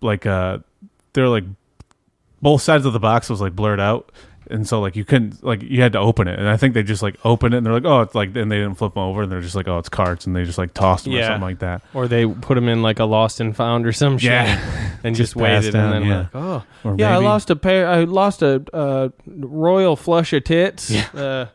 like uh, they're like, both sides of the box was like blurred out, and so like you couldn't like you had to open it, and I think they just like opened it and they're like, oh, it's like, and they didn't flip them over, and they're just like, oh, it's carts, and they just like tossed them or something like that.
Or they put them in like a lost and found or some shit.
Yeah.
And just,
Just
waited
passed down,
and then
yeah.
like, oh. yeah,
Or maybe-
I lost a pair. I lost a uh, royal flush of tits. Uh,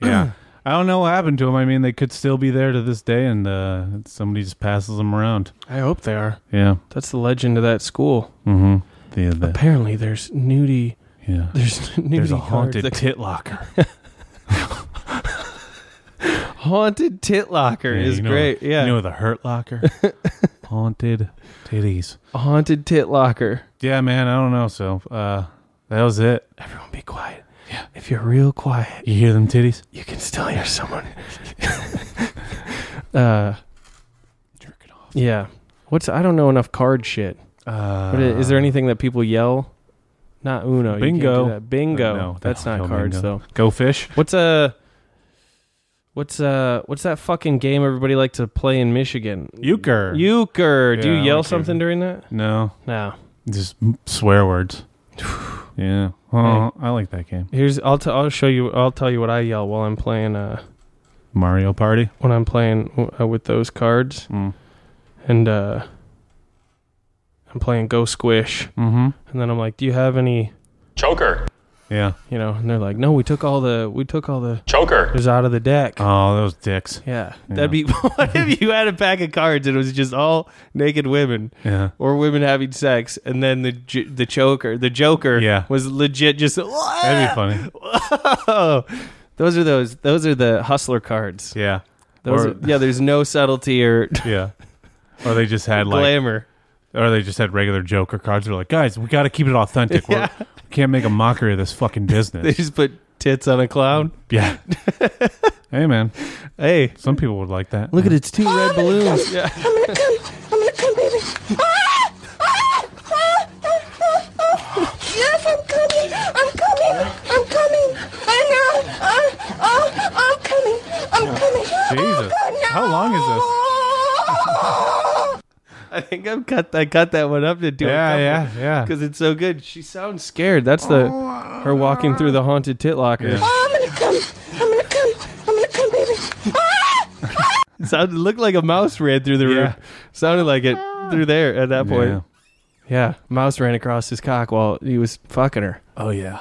Yeah. I don't know what happened to them. I mean, they could still be there to this day, and uh, somebody just passes them around.
I hope they are.
Yeah.
That's the legend of that school.
Mm-hmm. The, the,
Apparently, there's nudie.
Yeah.
There's nudie
There's a
cards
haunted
that-
tit locker.
haunted tit locker
Yeah,
is
you know-
great. Yeah.
You know the Hurt Locker? Haunted titties.
haunted tit locker.
Yeah, man. I don't know. So uh, that was it.
Everyone be quiet. Yeah. If you're real quiet,
You hear them titties?
you can still hear someone. uh, Jerking off. Yeah. What's I don't know enough card shit. What i- is there anything that people yell? Not Uno. you can't do
Bingo.
that. Bingo.
Uh, no,
that's
no,
not
no
cards
bingo.
though.
Go fish.
What's a what's uh what's that fucking game everybody like to play in Michigan?
Euchre.
Euchre. Do
Yeah,
you
I
yell
like
something during that?
No.
No.
Just m- swear words. yeah. Oh, I like that game.
Here's I'll t- I'll show you I'll tell you what I yell while I'm playing uh
Mario Party.
when I'm playing uh, with those cards.
Mm.
And uh I'm playing Go Squish.
Mhm.
And then I'm like, "Do you have any
Choker.
Yeah.
You know, and they're like, "No, we took all the we took all the
Choker.
is out of the deck."
Oh, those dicks.
Yeah, that'd be what if you had a pack of cards and it was just all naked women,
Yeah.
or women having sex, and then the j- the choker, the Joker,
Yeah.
was legit just.
That'd be funny.
Whoa! Those are those. Those are the hustler cards.
Yeah.
Those
Or-
are- yeah. There's no subtlety or
Yeah. Or they just had like
Glamour.
Or they just had regular Joker cards. They're like, guys, we got to keep it authentic. We're- We can't make a mockery of this fucking
they
business.
just put tits on a clown.
yeah. hey, man.
Hey.
Some people would like that.
Look at its two red balloons. Yeah.
Yes, I'm coming. I'm coming. I'm coming. I know. I'm, I'm, I'm coming. I'm coming. Oh,
Jesus. How long is this?
I think I've cut I cut that one up to do
Yeah,
a
yeah, yeah.
Because it's so good. She sounds scared. That's the her walking through the haunted tit locker.
I'm gonna come. I'm gonna come. I'm gonna come, baby.
sounded looked like a mouse ran through the room. Sounded like it through there at that point.
Yeah.
Yeah. mouse ran across his cock while he was fucking her.
Oh, yeah.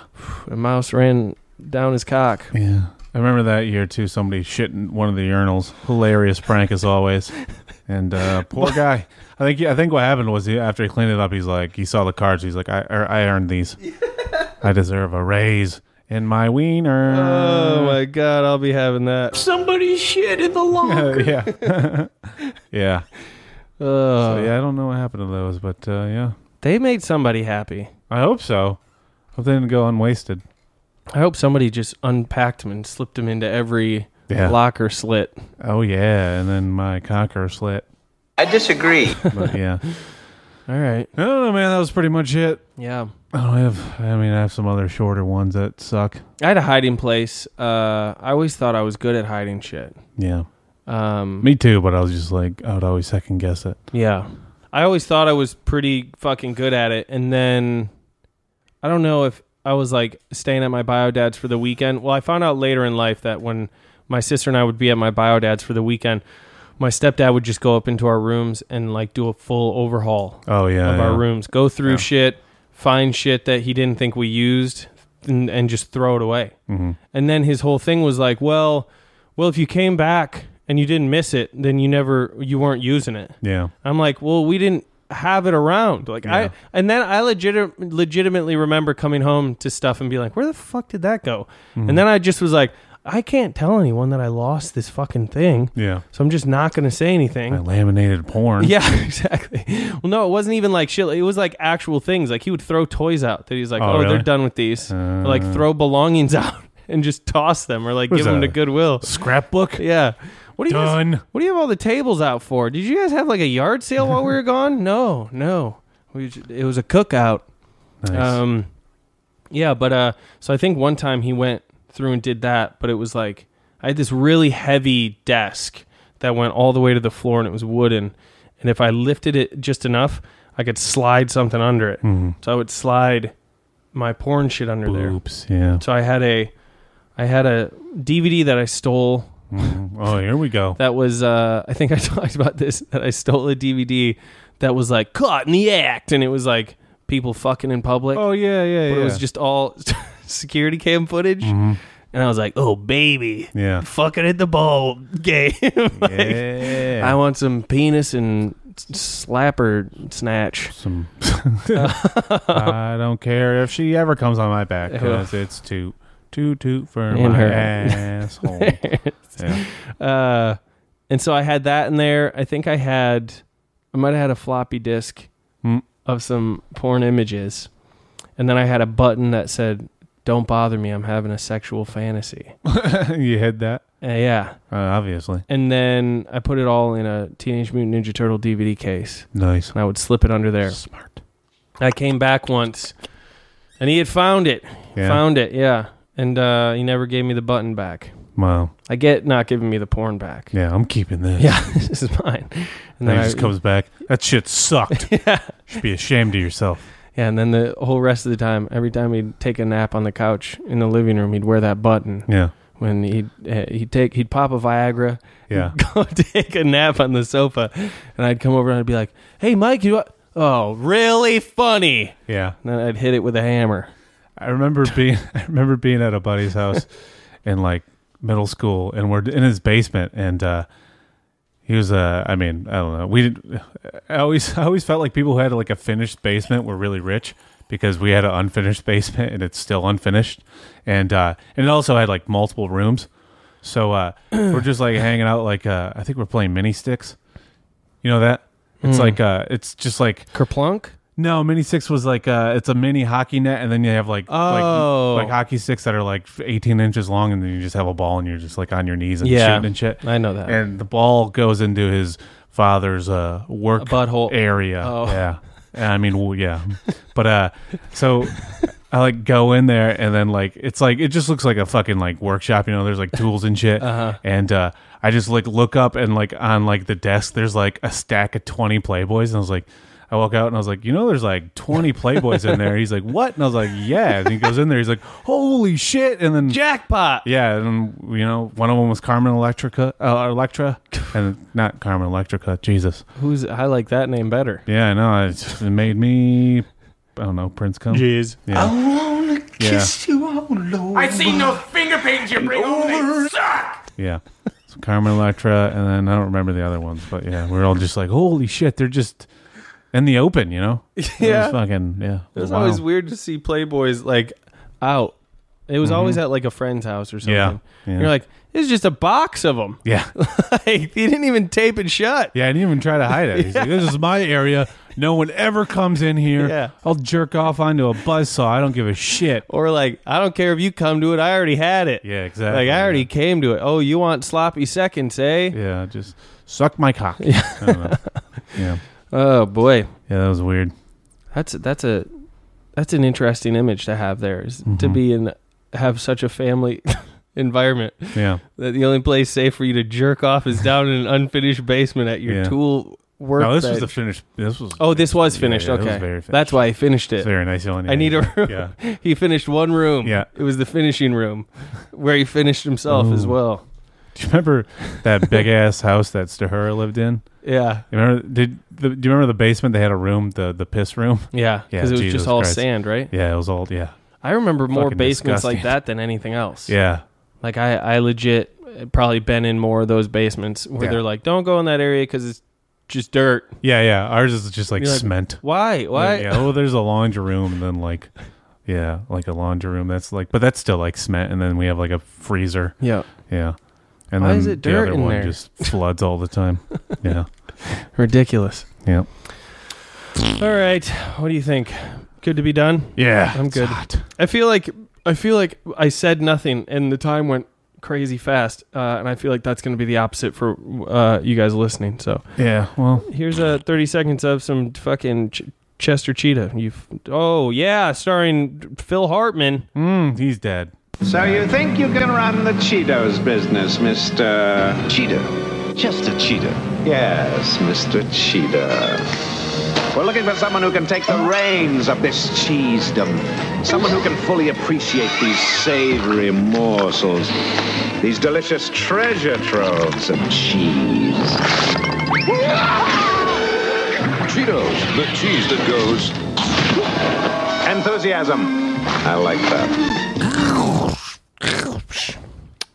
A mouse ran down his cock.
Yeah. I remember that year, too. Somebody shit in one of the urinals. Hilarious prank, as always. And uh, poor guy. I think I think what happened was he, after he cleaned it up, he's like, he saw the cards. He's like, I, er, I earned these. I deserve a raise in my wiener.
Oh my god, I'll be having that.
Somebody shit in the locker.
yeah. yeah. So, yeah, I don't know what happened to those, but uh, yeah.
They made somebody happy.
I hope so. Hope they didn't go unwasted.
I hope somebody just unpacked him and slipped him into every
Yeah.
locker slit.
Oh yeah, and then my cocker slit.
I disagree.
But yeah.
All right.
I don't know, man. That was pretty much it.
Yeah.
I don't have. I mean, I have some other shorter ones that suck.
I had a hiding place. Uh, I always thought I was good at hiding shit.
Yeah.
Um,
Me too, but I was just like, I would always second guess it.
Yeah. I always thought I was pretty fucking good at it. And then I don't know if I was like staying at my bio dad's for the weekend. Well, I found out later in life that when my sister and I would be at my bio dad's for the weekend, my stepdad would just go up into our rooms and like do a full overhaul
Oh, yeah,
of
yeah.
our rooms, go through
Yeah.
shit, find shit that he didn't think we used and, and just throw it away.
Mhm.
And then his whole thing was like, well, well, if you came back and you didn't miss it, then you never, you weren't using it.
Yeah.
I'm like, well, we didn't have it around. Like
Yeah.
I, and then I legit, legitimately remember coming home to stuff and be like, where the fuck did that go?
Mhm.
And then I just was like, I can't tell anyone that I lost this fucking thing.
Yeah.
So I'm just not going to say anything.
I laminated porn.
Yeah, exactly. Well, no, it wasn't even like shit. It was like actual things. Like he would throw toys out that he's like,
Oh,
oh,
really?
they're done with these. Or, like
Uh.
throw belongings out and just toss them or like
What
give
is
them
that,
to Goodwill.
Scrapbook.
Yeah. What do you
Done.
Guys, what do you have all the tables out for? Did you guys have like a yard sale while we were gone? No, no. We just, it was a cookout.
Nice.
Um, yeah, but uh, so I think one time he went through and did that, but it was like I had this really heavy desk that went all the way to the floor and it was wooden, and if I lifted it just enough, I could slide something under it.
Mhm.
So I would slide my porn shit under
Oops. Yeah.
there. So I had a, I had a DVD that I stole
Mhm. Oh, here we go.
that was uh I think I talked about this that I stole a DVD that was like caught in the act and it was like people fucking in public.
Oh yeah, yeah,
but
yeah. Mm-hmm.
it was just all security cam footage. And I was like, "Oh baby,
Yeah.
fucking at the ball game. Like,
Yeah.
I want some penis and s- slapper snatch.
Some I don't care if she ever comes on my back because it's too too too for
In
my
her.
asshole. yeah.
uh, and so I had that in there. I think I had, I might have had a floppy disk
Mm.
of some porn images, and then I had a button that said, "Don't bother me. I'm having a sexual fantasy."
you hid that.
Uh, yeah.
Uh, obviously.
And then I put it all in a Teenage Mutant Ninja Turtle DVD case.
Nice.
And I would slip it under there. Smart. I came back once, and he had found it.
Yeah.
Found it. Yeah. And uh, he never gave me the button back.
Wow.
I get not giving me the porn back.
Yeah, I'm keeping this.
Yeah, this is mine.
And then he just comes back. That shit sucked. yeah. Should be ashamed of yourself.
Yeah, and then the whole rest of the time, every time he'd take a nap on the couch in the living room, he'd wear that button.
Yeah.
When he'd eh, he'd take he'd pop a Viagra.
Yeah.
Go take a nap on the sofa, and I'd come over and I'd be like, "Hey, Mike, you." up?" Oh, really funny.
Yeah.
And then I'd hit it with a hammer.
I remember being I remember being at a buddy's house in like middle school and we're in his basement and uh he was uh I mean, I don't know. We did I always I always felt like people who had like a finished basement were really rich because we had an unfinished basement and it's still unfinished. And uh and it also had like multiple rooms. So uh we're just like hanging out like uh I think we're playing mini sticks. You know that? It's
Hmm.
like uh it's just like
Kerplunk?
No, mini six was like uh it's a mini hockey net and then you have like
Oh.
like like hockey sticks that are like 18 inches long and then you just have a ball and you're just like on your knees and
Yeah.
shooting and shit.
I know that.
And the ball goes into his father's uh work
butthole
area.
Oh.
Yeah. Yeah, I mean, well, yeah. But uh so I like go in there and then like it's like it just looks like a fucking like workshop, you know, there's like tools and shit.
Uh-huh.
And uh I just like look up and like on like the desk there's like a stack of 20 Playboys and I was like I walk out and I was like, you know, there's like 20 Playboys in there. He's like, what? And I was like, yeah. And he goes in there. He's like, holy shit. And then
jackpot.
Yeah. And you know, one of them was Carmen Electrica, uh, Electra, and not Carmen Electrica. Jesus.
Who's I like that name better.
Yeah, I know. It it made me, I don't know, Prince come.
Jeez.
Yeah.
wanna
kiss
you all over. I see no finger paintings you bring home. Oh, They suck.
Yeah. So Carmen Electra, and then I don't remember the other ones, but yeah, we were all just like, holy shit, they're just in the open, you know? It was
Yeah.
fucking, yeah.
It was
Wow.
always weird to see Playboys like out. It was always at like a friend's house or something.
Mm-hmm. Yeah. Yeah.
And you're like, it's just a box of them.
Yeah.
like he didn't even tape it shut.
Yeah, I didn't even try to hide it. He's like, this is my area. No one ever comes in here.
Yeah.
I'll jerk off onto a buzzsaw. I don't give a shit.
Or like, I don't care if you come to it. I already had it.
Yeah, exactly.
Like I already came to it. Oh, you want sloppy seconds, eh?
Yeah, just suck my cock. Yeah. I don't know. Yeah.
Oh boy.
Yeah, that was weird.
That's that's a that's an interesting image to have there is
Mm-hmm.
to be in have such a family environment.
Yeah.
That the only place safe for you to jerk off is down in an unfinished basement at your
Yeah.
tool work.
No, this was the
bench.
finished. This was.
Oh, this was
Yeah,
finished.
yeah, it
okay,
was very finished.
that's why he finished it.
It's very nice, Ellen.
I need a room.
Yeah.
he finished one room.
Yeah.
it was the finishing room where he finished himself as
Ooh.
well.
Do you remember that big ass house that Stahura lived in?
Yeah.
You remember? Did the, do you remember the basement? They had a room, the the piss room.
Yeah, 'cause it was just
Jesus
all
Christ.
sand, right?
Yeah, it was all. Yeah,
I remember more
Fucking
basements like
disgusting.
that than anything else.
Yeah.
like I, I legit uh, probably been in more of those basements where
Yeah.
they're like, don't go in that area because it's just dirt.
yeah, yeah. Ours is just like
You're like,
cement.
Why? Why?
Yeah. Oh, there's a laundry room, and then like, yeah, like a laundry room. That's like, but that's still like cement, and then we have like a freezer.
Yeah.
Yeah. And
Why
then
is it
the
dirt
other
in
one
there?
just floods all the time. Yeah.
Ridiculous.
Yeah.
All right. What do you think? Good to be done?
Yeah,
I'm
it's
good. I feel like I feel like I said nothing and the time went crazy fast. Uh, and I feel like that's going to be the opposite for uh, you guys listening. So
Yeah. Well.
Here's a 30 seconds of some fucking Ch- Chester Cheetah. You f- Oh, yeah, starring Phil Hartman.
Mm, he's dead.
So you think you can run the Cheetos business, Mr. Cheetah? Chester Cheetah. Yes, Mr. Cheetah. We're looking for someone who can take the reins of this cheesedom. Someone who can fully appreciate these savory morsels. These delicious treasure troves of cheese. Cheetos, the cheese that goes. Enthusiasm. I like that.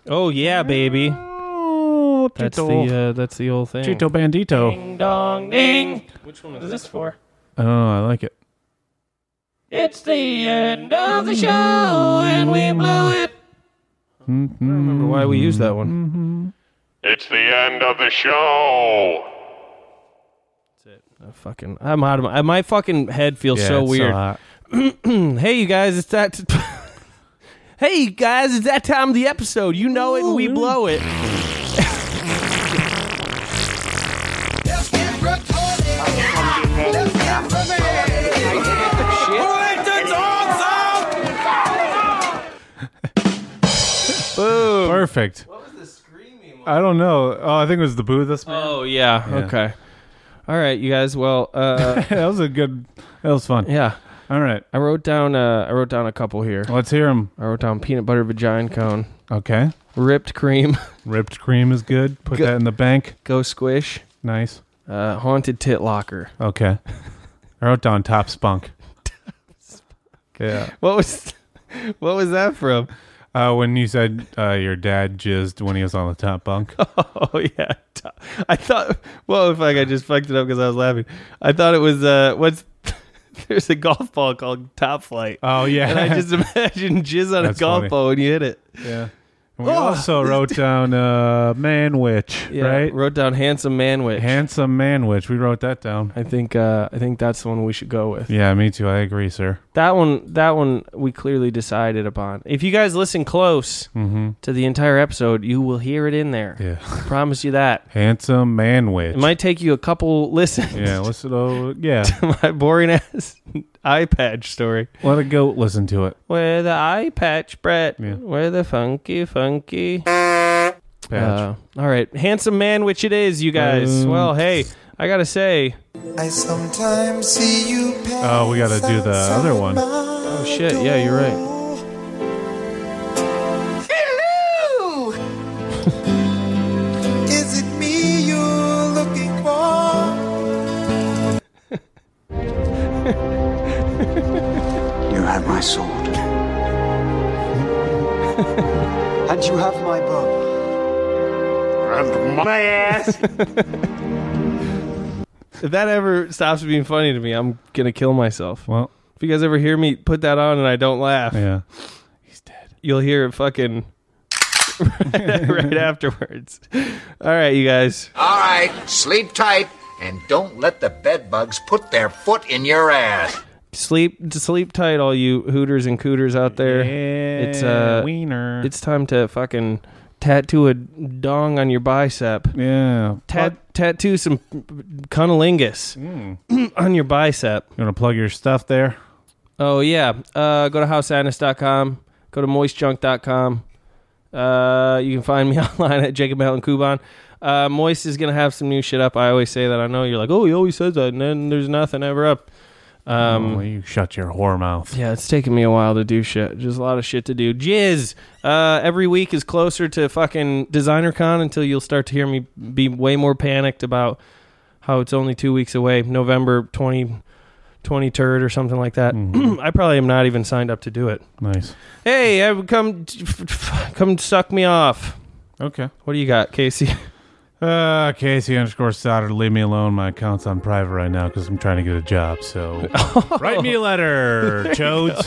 Oh, yeah, baby. that's the
Cheeto.
uh, that's the old thing.
Cheeto Bandito.
Ding dong ding. Which one is this for?
I don't know. Oh, I like it.
It's the end of the show and we blow it. I don't remember why we used that one.
It's the end of the show.
I fucking, I'm out of my, my fucking head feels
Yeah,
so
it's so
weird.
hot.
hey, you guys, it's that. Hey guys, it's that time of the episode. You know it, and we blow it. Boom.
Perfect. What was the screaming? I don't know. Oh, I think it was the boo this man.
Oh yeah.
Yeah.
Okay. All right, you guys. Well, uh,
that was a good. That was fun.
Yeah.
All right.
I wrote down. Uh, I wrote down a couple here.
Let's hear them.
I wrote down peanut butter vagina cone,
Okay.
ripped cream,
Ripped cream is good. Put
Go-
that in the bank.
go squish,
Nice.
uh, haunted tit locker.
Okay. I wrote down top spunk. Yeah.
What was? What was that from?
Uh, when you said uh, your dad jizzed when he was on the top bunk.
Oh yeah, T- I thought. Well, fuck, I just fucked it up because I was laughing. I thought it was uh, what's. There's a golf ball called Top Flight.
Oh, yeah.
and I just imagined jizz on a
That's
golf
funny.
ball when you hit it.
Yeah. And we
Oh.
also wrote down uh, man witch,
Yeah,
right?
Wrote down handsome man witch.
Handsome man witch. We wrote that down.
I think uh, I think that's the one we should go with.
Yeah, me too. I agree, sir.
That one, that one, we clearly decided upon. If you guys listen close
Mhm.
to the entire episode, you will hear it in there.
Yeah.
I promise you that.
Handsome man witch.
It might take you a couple listens
yeah, listen to yeah.
to my boring ass eye patch story.
Let it go. Listen to it.
Where the eye patch, Brett.
Yeah.
Where the funky, funky.
Patch.
Uh, all right, handsome man, which it is, you guys.
Um,
well, hey, I gotta say,
I sometimes see you
Um.
oh, we gotta do the other one.
oh shit, yeah, you're right.
Is it me you're looking for?
You have my sword. and you have my bow.
And my ass.
If that ever stops being funny to me, I'm gonna kill myself.
Well,
If you guys ever hear me put that on and I don't laugh,
yeah.
you'll hear it fucking right afterwards. All right, you guys.
All right, sleep tight and don't let the bed bugs put their foot in your ass.
Sleep sleep tight, all you hooters and cooters out there. it's uh
wiener.
it's time to fucking tattoo a dong on your bicep.
yeah.
Tat- tattoo some cunnilingus on your bicep.
You wanna plug your stuff there?
Oh yeah. Uh, go to housesadness.com. Go to moistjunk.com. Uh, you can find me online at Jacob Allen Kuban. Uh, Moist is gonna have some new shit up. I always say that. I know you're like, oh, he always says that, and then there's nothing ever up. Um,
Well, Oh, you shut your whore mouth.
yeah, it's taken me a while to do shit. Just a lot of shit to do. Jizz. Uh, every week is closer to fucking designer con until you'll start to hear me be way more panicked about how it's only two weeks away, November 20, 23rd or something like that. I probably am not even signed up to do it.
Nice.
Hey, uh, come, come suck me off.
Okay.
What do you got, Casey?
Uh, Casey underscore Stoddard, leave me alone. My account's on private right now because I'm trying to get a job. So write me a letter, Chodes.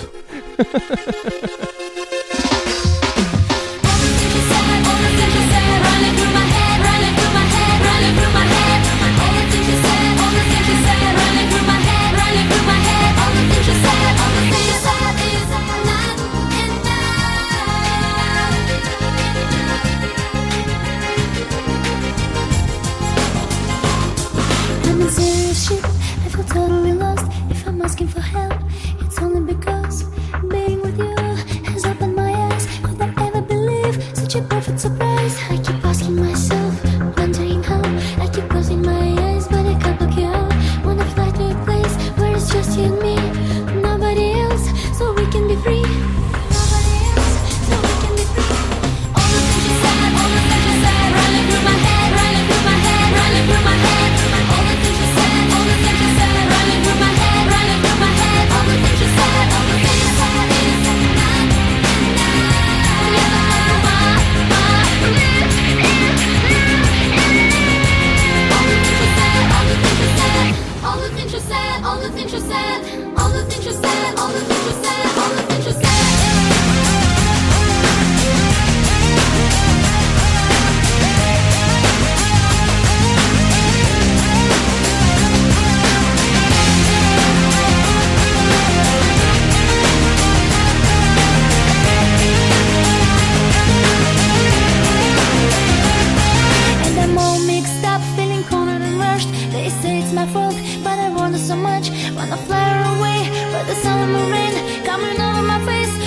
I'm in serious shit. I feel totally lost. If I'm asking for help, it's only because being with you has opened my eyes. Could I ever believe such a perfect surprise? I keep asking myself, wondering how. I keep closing my eyes, but I can't look you out. Wanna fly to a place where it's just you and me, nobody else, so we can be free. Nobody else, so we can be free. All the things you said, all the things you said, running through my head, running through my head, running through my head. All the things you said, all the things you said, running through my head, running through my head. All the things you said, all the things you said, is enough, enough. Never ever, my, my,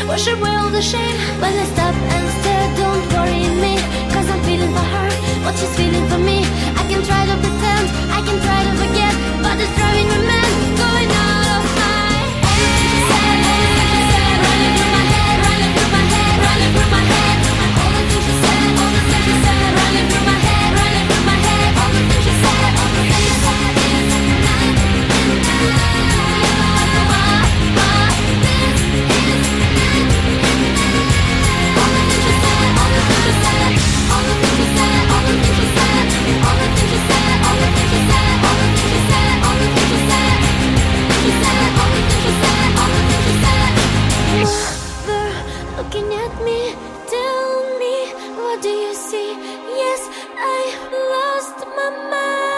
wash away all the shame. When I stop and stare, don't worry me. Cause I'm feeling for her, what she's feeling for me. I can try to pretend, I can try to forget, but it's driving me mad. Going out of my Looking at me, tell me, what do you see? Yes, I lost my mind.